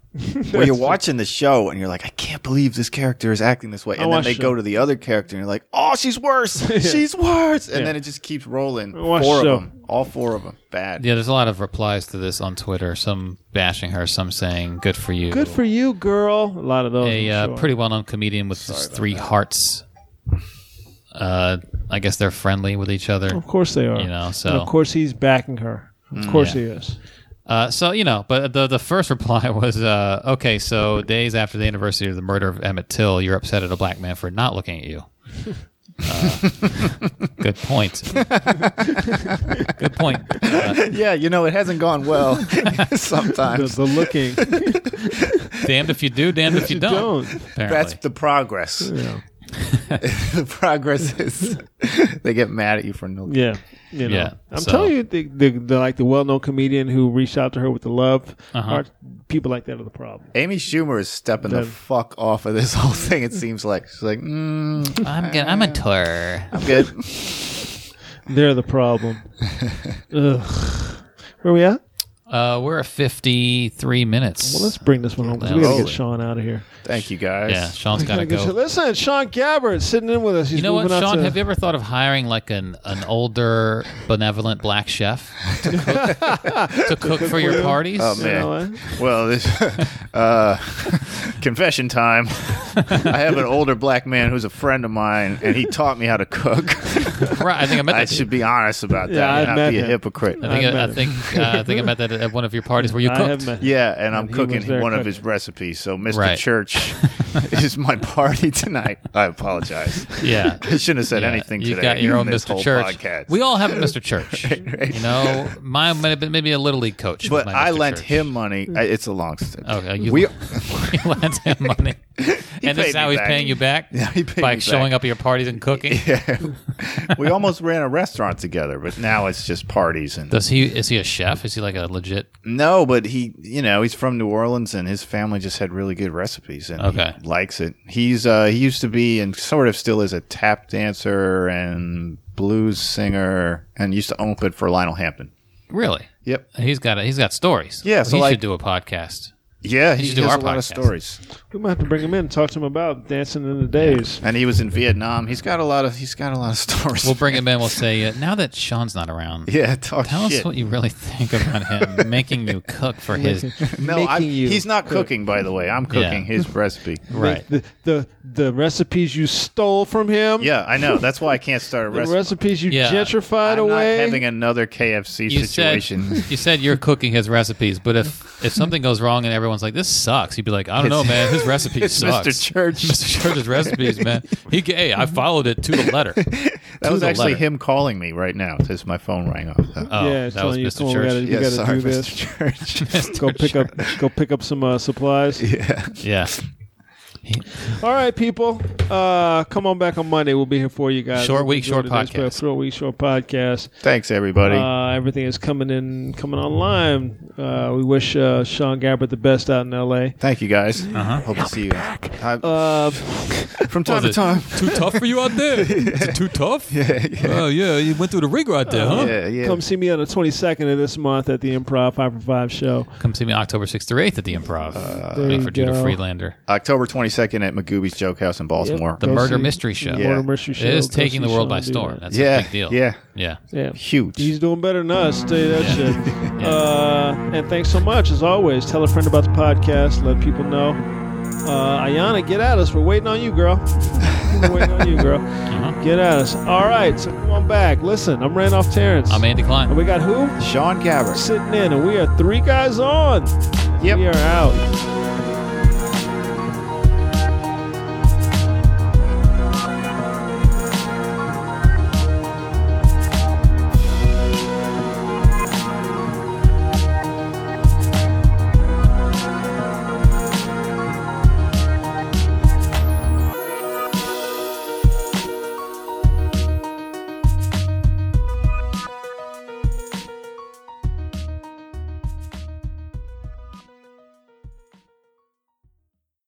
[SPEAKER 3] Well, you're watching the show and you're like, I can't believe this character is acting this way. And then
[SPEAKER 2] watched
[SPEAKER 3] they go
[SPEAKER 2] it.
[SPEAKER 3] to the other character and you're like, oh, she's worse. She's worse. And
[SPEAKER 2] Yeah.
[SPEAKER 3] then it just keeps rolling. Four
[SPEAKER 2] watched
[SPEAKER 3] of
[SPEAKER 2] the show.
[SPEAKER 3] them. All four of them. Bad.
[SPEAKER 4] Yeah, there's a lot of replies to this on Twitter. Some bashing her, some saying "Good for you."
[SPEAKER 2] Good for you, girl. A lot of those. I'm
[SPEAKER 4] a uh,
[SPEAKER 2] sure.
[SPEAKER 4] pretty well-known comedian with three hearts. Uh, I guess they're friendly with each other.
[SPEAKER 2] Of course they are.
[SPEAKER 4] You know, so- Mm,
[SPEAKER 2] And of course he's backing her. Of course
[SPEAKER 4] yeah.
[SPEAKER 2] he is.
[SPEAKER 4] Uh, so you know, but the the first reply was, uh, "Okay, so days after the anniversary of the murder of Emmett Till, you're upset at a black man for not looking at you." Uh, good point. good point. Uh,
[SPEAKER 3] Yeah, you know, it hasn't gone well
[SPEAKER 2] The,
[SPEAKER 3] sometimes.
[SPEAKER 2] the looking.
[SPEAKER 4] damned if you do, damned if you don't.
[SPEAKER 2] don't.
[SPEAKER 4] apparently.
[SPEAKER 3] That's the progress. the progress is they get mad at you for no
[SPEAKER 2] yeah. You know.
[SPEAKER 4] Yeah,
[SPEAKER 2] I'm
[SPEAKER 4] so-
[SPEAKER 2] telling you, the, the, the like the well known comedian who reached out to her with the love.
[SPEAKER 4] Uh-huh.
[SPEAKER 2] Are, people like that are the problem.
[SPEAKER 3] Amy Schumer is stepping the
[SPEAKER 2] Then-
[SPEAKER 3] fuck off of this whole thing, it seems like. She's like, mm,
[SPEAKER 4] I'm gonna, I'm a tour.
[SPEAKER 3] I'm good.
[SPEAKER 2] They're the problem. Ugh. Where we at?
[SPEAKER 4] Uh, we're at 53 minutes.
[SPEAKER 2] Well, let's bring this one home 'cause we got to
[SPEAKER 3] Rolling.
[SPEAKER 2] get Sean out of here.
[SPEAKER 3] Thank you guys.
[SPEAKER 4] yeah, Sean's gotta go.
[SPEAKER 2] Listen, Sean Gabbard sitting in with us. He's
[SPEAKER 4] You know what,
[SPEAKER 2] moving out
[SPEAKER 4] Sean?
[SPEAKER 2] to-
[SPEAKER 4] Have you ever thought of hiring like an, an older, benevolent black chef to cook, to cook for your parties?
[SPEAKER 3] Oh
[SPEAKER 2] You know
[SPEAKER 3] man.
[SPEAKER 2] what?
[SPEAKER 3] Well, this uh, confession time. I have an older black man who's a friend of mine, and he taught me how to cook.
[SPEAKER 4] Right, I think I met that.
[SPEAKER 3] I should be honest about that.
[SPEAKER 2] Yeah, I've
[SPEAKER 3] and
[SPEAKER 2] met
[SPEAKER 3] not be a
[SPEAKER 2] him.
[SPEAKER 3] hypocrite.
[SPEAKER 4] I think
[SPEAKER 2] I've
[SPEAKER 4] I,
[SPEAKER 2] met
[SPEAKER 4] think uh, I think I met that at one of your parties where you
[SPEAKER 2] I
[SPEAKER 4] cooked.
[SPEAKER 2] have met.
[SPEAKER 3] Yeah, and I'm
[SPEAKER 2] And he
[SPEAKER 3] cooking
[SPEAKER 2] was there
[SPEAKER 3] one of
[SPEAKER 2] cooking.
[SPEAKER 3] his recipes. So Mr.
[SPEAKER 4] Right.
[SPEAKER 3] Church is my party tonight. I apologize.
[SPEAKER 4] Yeah.
[SPEAKER 3] I shouldn't have said
[SPEAKER 4] Yeah,
[SPEAKER 3] anything
[SPEAKER 4] You've
[SPEAKER 3] today.
[SPEAKER 4] got your own
[SPEAKER 3] in this
[SPEAKER 4] Mr.
[SPEAKER 3] whole
[SPEAKER 4] Church.
[SPEAKER 3] Podcast.
[SPEAKER 4] We all have a Mr. Church. You know, mine might have been maybe a little league coach. was
[SPEAKER 3] but
[SPEAKER 4] my
[SPEAKER 3] I
[SPEAKER 4] Mr.
[SPEAKER 3] lent
[SPEAKER 4] Church.
[SPEAKER 3] him money. I, it's a long story.
[SPEAKER 4] Okay, you,
[SPEAKER 3] we.
[SPEAKER 4] you lent him money, and this
[SPEAKER 3] paid
[SPEAKER 4] is how
[SPEAKER 3] me
[SPEAKER 4] he's
[SPEAKER 3] back.
[SPEAKER 4] paying you back
[SPEAKER 3] Yeah, he paid
[SPEAKER 4] by
[SPEAKER 3] me back.
[SPEAKER 4] showing up at your parties and cooking.
[SPEAKER 3] we almost ran a restaurant together, but now it's just parties and
[SPEAKER 4] Does he? Is he a chef? Is he like a legit?
[SPEAKER 3] no. But he, you know, he's from New Orleans, and his family just had really good recipes, and he
[SPEAKER 4] Okay.
[SPEAKER 3] likes it. He's uh, he used to be and sort of still is a tap dancer and blues singer, and used to open for Lionel Hampton.
[SPEAKER 4] Really?
[SPEAKER 3] Yep.
[SPEAKER 4] He's got a, he's got stories.
[SPEAKER 3] Yeah, so
[SPEAKER 4] he
[SPEAKER 3] like-
[SPEAKER 4] should do a podcast.
[SPEAKER 3] Yeah,
[SPEAKER 4] He
[SPEAKER 3] he,
[SPEAKER 4] should do
[SPEAKER 3] has
[SPEAKER 4] our
[SPEAKER 3] a lot of
[SPEAKER 4] podcast.
[SPEAKER 3] stories.
[SPEAKER 2] We might have to bring him in and talk to him about dancing in the days.
[SPEAKER 3] And he was in Vietnam. He's got a lot of he's got a lot of stories.
[SPEAKER 4] We'll bring him in. We'll say uh, now that Sean's not around.
[SPEAKER 3] Yeah, talk
[SPEAKER 4] Tell
[SPEAKER 3] shit.
[SPEAKER 4] us what you really think about him making you cook for his
[SPEAKER 3] no, I,
[SPEAKER 2] Making you
[SPEAKER 3] he's not
[SPEAKER 2] cook.
[SPEAKER 3] cooking. By the way, I'm
[SPEAKER 4] Yeah.
[SPEAKER 3] cooking his recipe.
[SPEAKER 4] right.
[SPEAKER 2] The, the the recipes you stole from him.
[SPEAKER 3] Yeah, I know. That's why I can't start a
[SPEAKER 2] The
[SPEAKER 3] recipe.
[SPEAKER 2] recipes you
[SPEAKER 4] Yeah.
[SPEAKER 2] gentrified
[SPEAKER 3] I'm
[SPEAKER 2] away.
[SPEAKER 3] not having another KFC
[SPEAKER 4] You
[SPEAKER 3] situation.
[SPEAKER 4] said you said you're cooking his recipes, but if if something goes wrong and everyone's like, "This sucks," you'd be like, "I don't know,
[SPEAKER 3] It's-
[SPEAKER 4] man. His recipe
[SPEAKER 3] it's
[SPEAKER 4] sucks."
[SPEAKER 3] Mr. Church.
[SPEAKER 4] Mr. Church's recipes, man. He ga- hey, I followed it to the letter.
[SPEAKER 3] that was
[SPEAKER 4] the
[SPEAKER 3] actually
[SPEAKER 4] letter.
[SPEAKER 3] him calling me right now since my phone rang off. So-
[SPEAKER 4] Oh,
[SPEAKER 2] yeah,
[SPEAKER 4] that was
[SPEAKER 2] telling Uh, you,
[SPEAKER 4] Mr.
[SPEAKER 2] come on, we
[SPEAKER 4] Church.
[SPEAKER 2] gotta, we
[SPEAKER 3] yeah,
[SPEAKER 2] gotta
[SPEAKER 3] sorry,
[SPEAKER 2] do this.
[SPEAKER 3] Mr. Church.
[SPEAKER 2] Go pick up, go pick up some uh, supplies.
[SPEAKER 3] yeah.
[SPEAKER 4] Yeah,
[SPEAKER 2] All right, people, uh, come on back on Monday. We'll be here for you guys.
[SPEAKER 4] Short
[SPEAKER 2] Hope you
[SPEAKER 4] week, short
[SPEAKER 2] enjoyed today's
[SPEAKER 4] podcast.
[SPEAKER 2] Short week, short podcast.
[SPEAKER 3] Thanks, everybody.
[SPEAKER 2] Uh, everything is coming in, coming online. Uh, we wish uh, Sean Gabbert the best out in L.A.
[SPEAKER 3] Thank you, guys. Uh-huh. Hope to see you. I-
[SPEAKER 2] Uh,
[SPEAKER 3] from time to
[SPEAKER 4] it
[SPEAKER 3] time.
[SPEAKER 4] too tough for you out there. Is it too tough? Yeah, yeah. Oh yeah, you went through the rig right there, huh?
[SPEAKER 3] Oh, Yeah, yeah.
[SPEAKER 2] Come see me on the 22nd of this month at the Improv Five for Five show.
[SPEAKER 4] Come see me October sixth through eighth at the Improv. Uh,
[SPEAKER 2] there you
[SPEAKER 4] for Judah
[SPEAKER 2] go.
[SPEAKER 4] Freelander,
[SPEAKER 3] October 22nd at Magoo's Joke House in Baltimore.
[SPEAKER 4] the
[SPEAKER 2] Go
[SPEAKER 4] murder
[SPEAKER 2] see-
[SPEAKER 4] mystery show.
[SPEAKER 3] Yeah.
[SPEAKER 2] Mortimer Show.
[SPEAKER 4] It is
[SPEAKER 2] Go
[SPEAKER 4] taking
[SPEAKER 2] see
[SPEAKER 4] the world
[SPEAKER 2] Sean
[SPEAKER 4] by
[SPEAKER 2] do
[SPEAKER 4] storm.
[SPEAKER 2] that.
[SPEAKER 4] That's
[SPEAKER 3] yeah,
[SPEAKER 4] a big deal.
[SPEAKER 3] yeah.
[SPEAKER 4] yeah.
[SPEAKER 2] Yeah.
[SPEAKER 3] Huge.
[SPEAKER 2] He's doing better than us. Tell you that shit. Uh, and thanks so much, as always. Tell a friend about the podcast. Let people know. Uh, Ayana, get at us. We're waiting on you, girl. We're waiting on you, girl. Get at us. All right, so come on back. Listen, I'm Randolph Terrence.
[SPEAKER 4] I'm Andy Klein.
[SPEAKER 2] And we got who?
[SPEAKER 3] Sean Gabbert.
[SPEAKER 2] Sitting in, and we are three guys on.
[SPEAKER 3] Yep.
[SPEAKER 2] We are out.